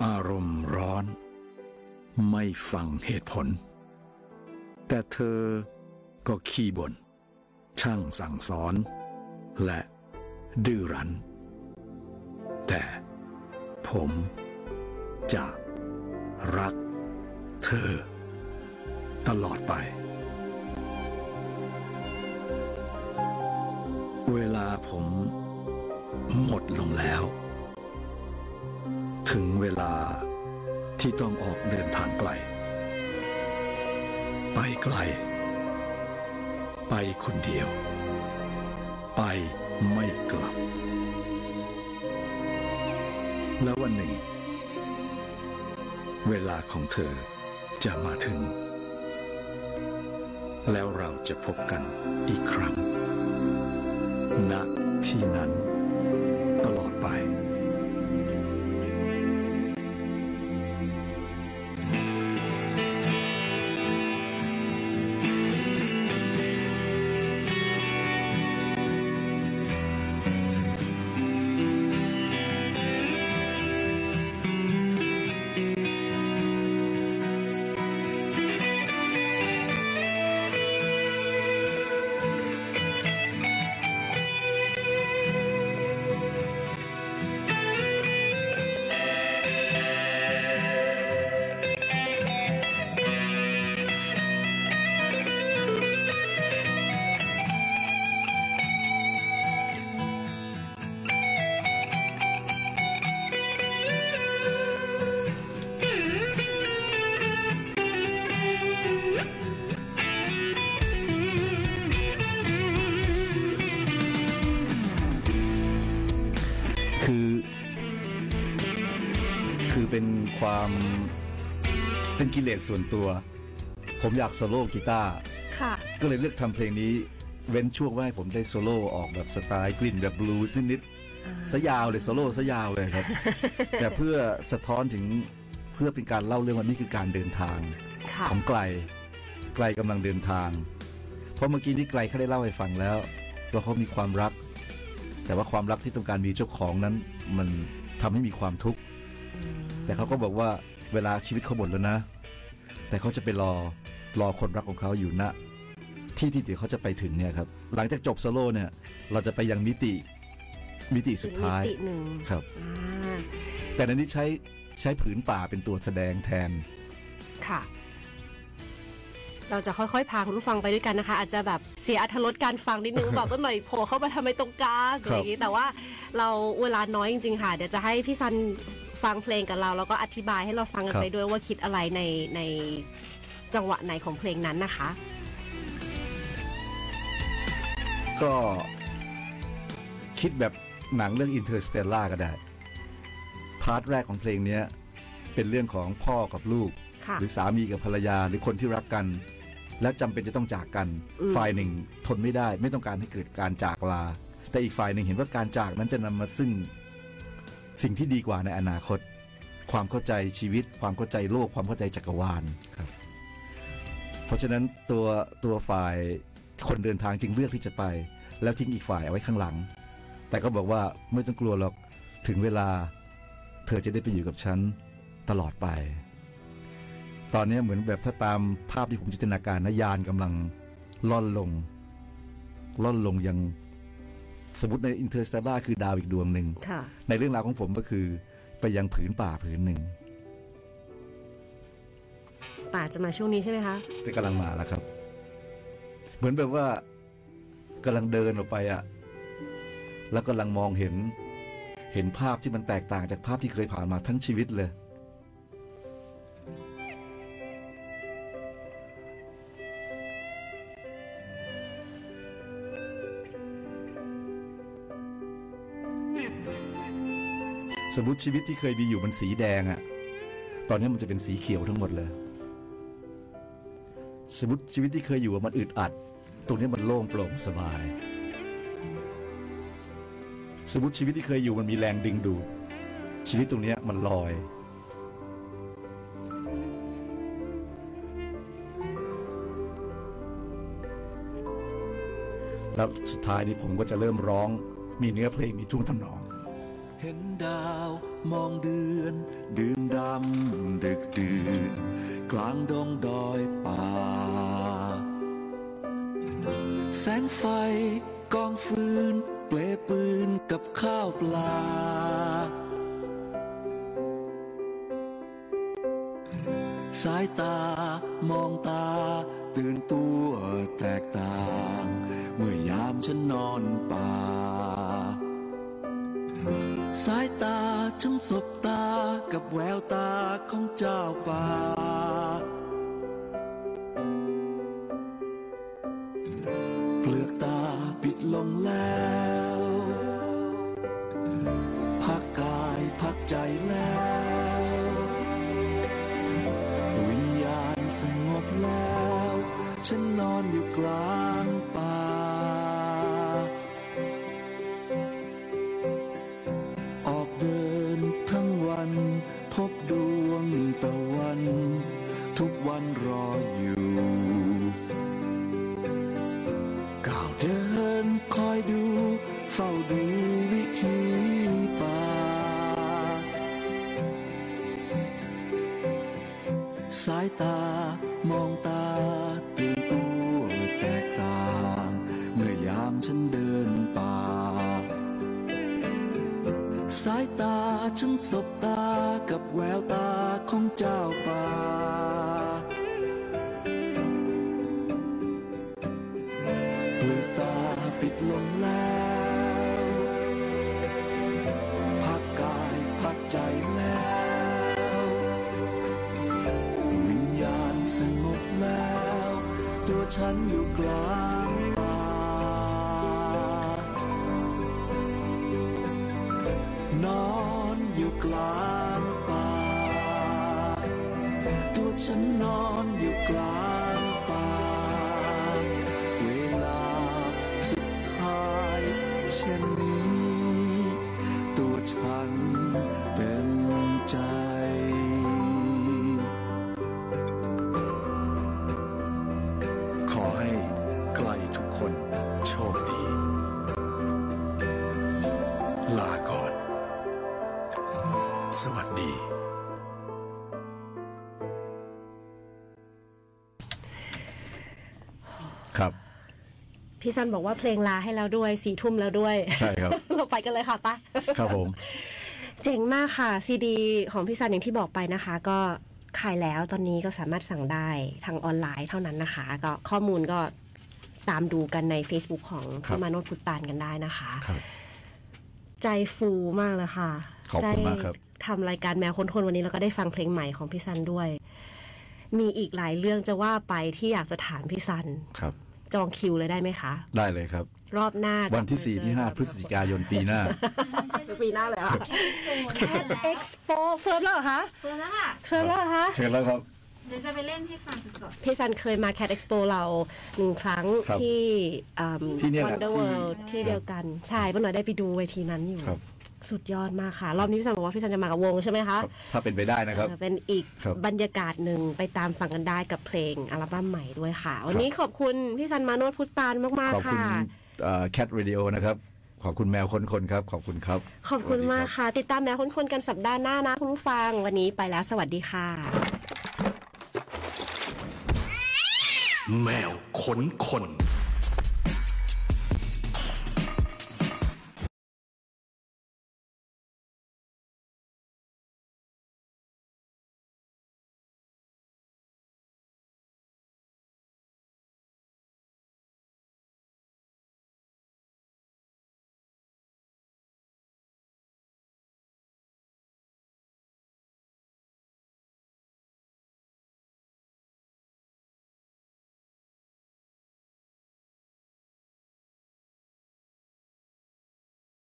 Speaker 1: อารมณ์ร้อน ไม่ฟังเหตุผล แต่เธอก็ขี้บน่นช่างสั่งสอน และดื้อรั้น แต่ผมจะรักเธอ ตลอดไป เวลาผม หมดลงแล้ว ถึงเวลาที่ต้องออกเดินทางไกล ไปไกล ไปคนเดียว ไปไม่กลับ แล้ววันหนึ่ง เวลาของเธอจะมาถึง แล้วเราจะพบกันอีกครั้ง ณที่นั้น ตลอดไป
Speaker 5: เ
Speaker 2: ความเป็นกิเลสส่วนตัว ผมอยากโซโล่กีตาร์
Speaker 3: ค่ะ
Speaker 2: ก็เลยเลือกทำเพลงนี้ เว้นช่วงไว้ให้ผมได้โซโล่ออกแบบสไตล์กลิ่นแบบบลูส์นิดๆสยาวเลยโซโล่สยาวเลยครับ แต่เพื่อสะท้อนถึงเพื่อเป็นการเล่าเรื่องว่านี่คือการเดินทาง
Speaker 3: ค่ะ
Speaker 2: ของไกลไกลกำลังเดินทาง เพราะเมื่อกี้นี้ไกลเขาได้เล่าให้ฟังแล้วว่าเขามีความรัก แต่ว่าความรักที่ต้องการมีเจ้าของนั้น มันทำให้มีความทุกข์ แต่เขาก็บอกว่าเวลาชีวิตเขาหมดแล้วนะ แต่เขาจะไปรอรอคนรักของเขาอยู่ณที่ที่เดี๋ยวเขาจะไปถึงเนี่ยครับ หลังจากจบโซโล่เนี่ย เราจะไปยังมิติมิติสุดท้าย
Speaker 3: มิติหนึ่ง
Speaker 2: ครับ
Speaker 3: อ่า
Speaker 2: แต่ในนี้ใช้ใช้ผืนป่าเป็นตัวแสดงแทน
Speaker 3: ค่ะ เราจะค่อยๆ พาคุณผู้ฟังไปด้วยกันนะคะ อาจจะแบบเสียอัธรสการฟังนิดนึง แบบว่าหน่อยโผล่เข้ามาทำไมตรงกลางอะไรอย่างนี้ แต่ว่าเราเวลาน้อยจริงๆ ค่ะ เดี๋ยวจะให้พี่ซันฟังเพลงกับเรา แล้วก็อธิบายให้เราฟังกัน
Speaker 2: ครับ
Speaker 3: ไปด้วยว่าคิดอะไรในในจังหวะไหนของเพลงนั้นนะคะ
Speaker 2: ก็คิดแบบหนังเรื่อง Interstellar ก็ได้ พาร์ทแรกของเพลงเนี้ยเป็นเรื่องของพ่อกับลูก
Speaker 3: ค่ะ
Speaker 2: หรือสามีกับภรรยาหรือคนที่รักกัน และจำเป็นจะต้องจากกัน
Speaker 3: อืม
Speaker 2: ฝ่ายหนึ่งทนไม่ได้ ไม่ต้องการให้เกิดการจากลา แต่อีกฝ่ายหนึ่งเห็นว่าการจากนั้นจะนำมาซึ่งสิ่งที่ดีกว่าในอนาคต ความเข้าใจชีวิต ความเข้าใจโลก ความเข้าใจจักรวาลครับ เพราะฉะนั้นตัวตัวฝ่ายคนเดินทางจึงเลือกที่จะไป แล้วทิ้งอีกฝ่ายเอาไว้ข้างหลัง แต่ก็บอกว่าไม่ต้องกลัวหรอกถึงเวลา เธอจะได้ไปอยู่กับฉันตลอดไป ตอนนี้เหมือนแบบถ้าตามภาพที่ผมจินตนาการนะยานกำลังล่อนลง ล่อนลงยังสมมติในอินเ r อร์ส l ต r คือดาวอีกดวงหนึ่ง
Speaker 3: ค่ะ
Speaker 2: ในเรื่องราวของผมก็คือไปยังผืนป่าผืนหนึ่ง
Speaker 3: ป่าจะมาช่วงนี้ใช่ไหมคะ
Speaker 2: ที่กำลังมาแล้วครับ เหมือนแบบว่ากำลังเดินออกไปอะแล้วกำลังมองเห็น เห็นภาพที่มันแตกต่างจากภาพที่เคยผ่านมาทั้งชีวิตเลย สมมติชีวิตที่เคยมีอยู่มันสีแดงอะตอนนี้มันจะเป็นสีเขียวทั้งหมดเลย สมมติชีวิตที่เคยอยู่อะมันอึดอัด ตรงนี้มันโล่งโปร่งสบาย สมมติชีวิตที่เคยอยู่มันมีแรงดึงดูด ชีวิตตรงเนี้ยมันลอย แล้วสุดท้ายนี้ผมก็จะเริ่มร้อง มีเนื้อเพลงมีท่วงทำนอง
Speaker 4: เห็นดาวมองเดือน ดื่นดำดึกดื่น กลางดงดอยป่า แสงไฟกองฟืน เปลปืนกับข้าวปลา สายตามองตา ตื่นตัวแตกต่าง เมื่อยามฉันนอนป่า สายตาฉันสบตากับแววตาของเจ้าป่า เปลือกตาปิดลงแล้วพักกายพักใจแล้ววิญญาณสงบแล้ว ฉันนอนอยู่กลางป่า ออกเดินทั้งวัน พบดวงตะวัน ทุกวันรออยู่ ก้าวเดินคอยดู เฝ้าดูวิธีป่า สายตามองตาตื่นตัวแตกต่าง เมื่อยามฉันเดินป่า สายตาฉันสบตากับแววตาของเจ้าป่า เปลือกตาปิดลงแล้ว พักกายพักใจแล้ว วิญญาณสงบแล้ว ตัวฉันอยู่กลางป่า นอนอยู่กลางป่า
Speaker 1: ฉันนอนอยู่กลางป่า เวลาสุดท้ายเช่นนี้ ตัวฉันเป็นใจ
Speaker 2: ขอให้ใครทุกคนโชคดี
Speaker 1: ลาก่อน สวัสดี
Speaker 2: ครับ
Speaker 3: พี่ซันบอกว่าเพลงลาให้แล้วด้วยสี่ทุ่มแล้วด้วย
Speaker 2: ใช่ครับ
Speaker 3: เราไปกันเลยค่ะปะ
Speaker 2: ครับผม
Speaker 3: เจ๋งมากค่ะซีดีของพี่ซันอย่างที่บอกไปนะคะ ก็ขายแล้วตอนนี้ก็สามารถสั่งได้ทางออนไลน์เท่านั้นนะคะ ก็ข้อมูลก็ตามดูกันใน Facebook ของ
Speaker 2: ครับ
Speaker 3: พี่มาโนดพุตตานกันได้นะคะ
Speaker 2: ครับ
Speaker 3: ใจฟูมากเลยค่ะ
Speaker 2: ขอบคุณมากครับ
Speaker 3: ได้ทำรายการแมวคนทนวันนี้แล้วก็ได้ฟังเพลงใหม่ของพี่ซันด้วย มีอีกหลายเรื่องจะว่าไปที่อยากจะถามพี่ซัน
Speaker 2: ครับ
Speaker 3: จองคิวเลยได้ไหมคะ
Speaker 2: ได้เลยครับ
Speaker 3: รอบหน้าจะ
Speaker 2: วันที่ 4 ที่ 5 พฤศจิกายนปีหน้า
Speaker 3: ปีหน้าเลยเหรอ่ะ
Speaker 5: แค่
Speaker 3: เอ็กซ์โปเฟิร์มแล้วเหรอคะ
Speaker 5: เฟิร์มแล้วค่ะ
Speaker 3: เฟิร์มแล้วเหรอคะ
Speaker 2: เชิญแล้วครับ
Speaker 5: เดี๋ยวจะไปเล่นให้ฟังสด
Speaker 3: พี่ซันเคยมา Cat Expo เราหนึ่งครั้ง
Speaker 2: ครับ
Speaker 3: ที่
Speaker 2: ที่เนี่ยแห
Speaker 3: วั
Speaker 2: ละ
Speaker 3: นเดอร์
Speaker 2: ที่
Speaker 3: เวิลด์ที่เดียวกัน ใช่ป้าหน่อยได้ไปดูเวทีนั้นอยู่
Speaker 2: ครับ
Speaker 3: สุดยอดมากค่ะ รอบนี้พี่ซันบอกว่าพี่ซันจะมากับวงใช่ไหม
Speaker 2: ค
Speaker 3: คะ
Speaker 2: รับ ถ้าเป็นไปได้นะครับ
Speaker 3: เออเป็นอีก
Speaker 2: ครับ
Speaker 3: บรรยากาศหนึ่งไปตามฟังกันได้กับเพลงอัลบั้มใหม่ด้วยค่ะ วันนี้ขอบคุณพี่ซันมาโนดพุตตานมาก
Speaker 2: ขอบคุณ
Speaker 3: ๆค่ะ
Speaker 2: แคทวิดีโอ Cat Radio นะครับ ขอบคุณแมวคนคนครับ ขอบคุณครับ
Speaker 3: ขอบคุณ
Speaker 2: สวัสดี
Speaker 3: มาก
Speaker 2: รับ
Speaker 3: ค่ะ ติดตามแมวคนๆกันสัปดาห์หน้านะคุณผู้ฟังวันนี้ไปแล้วสวัสดีค่ะ
Speaker 1: แมวขนคน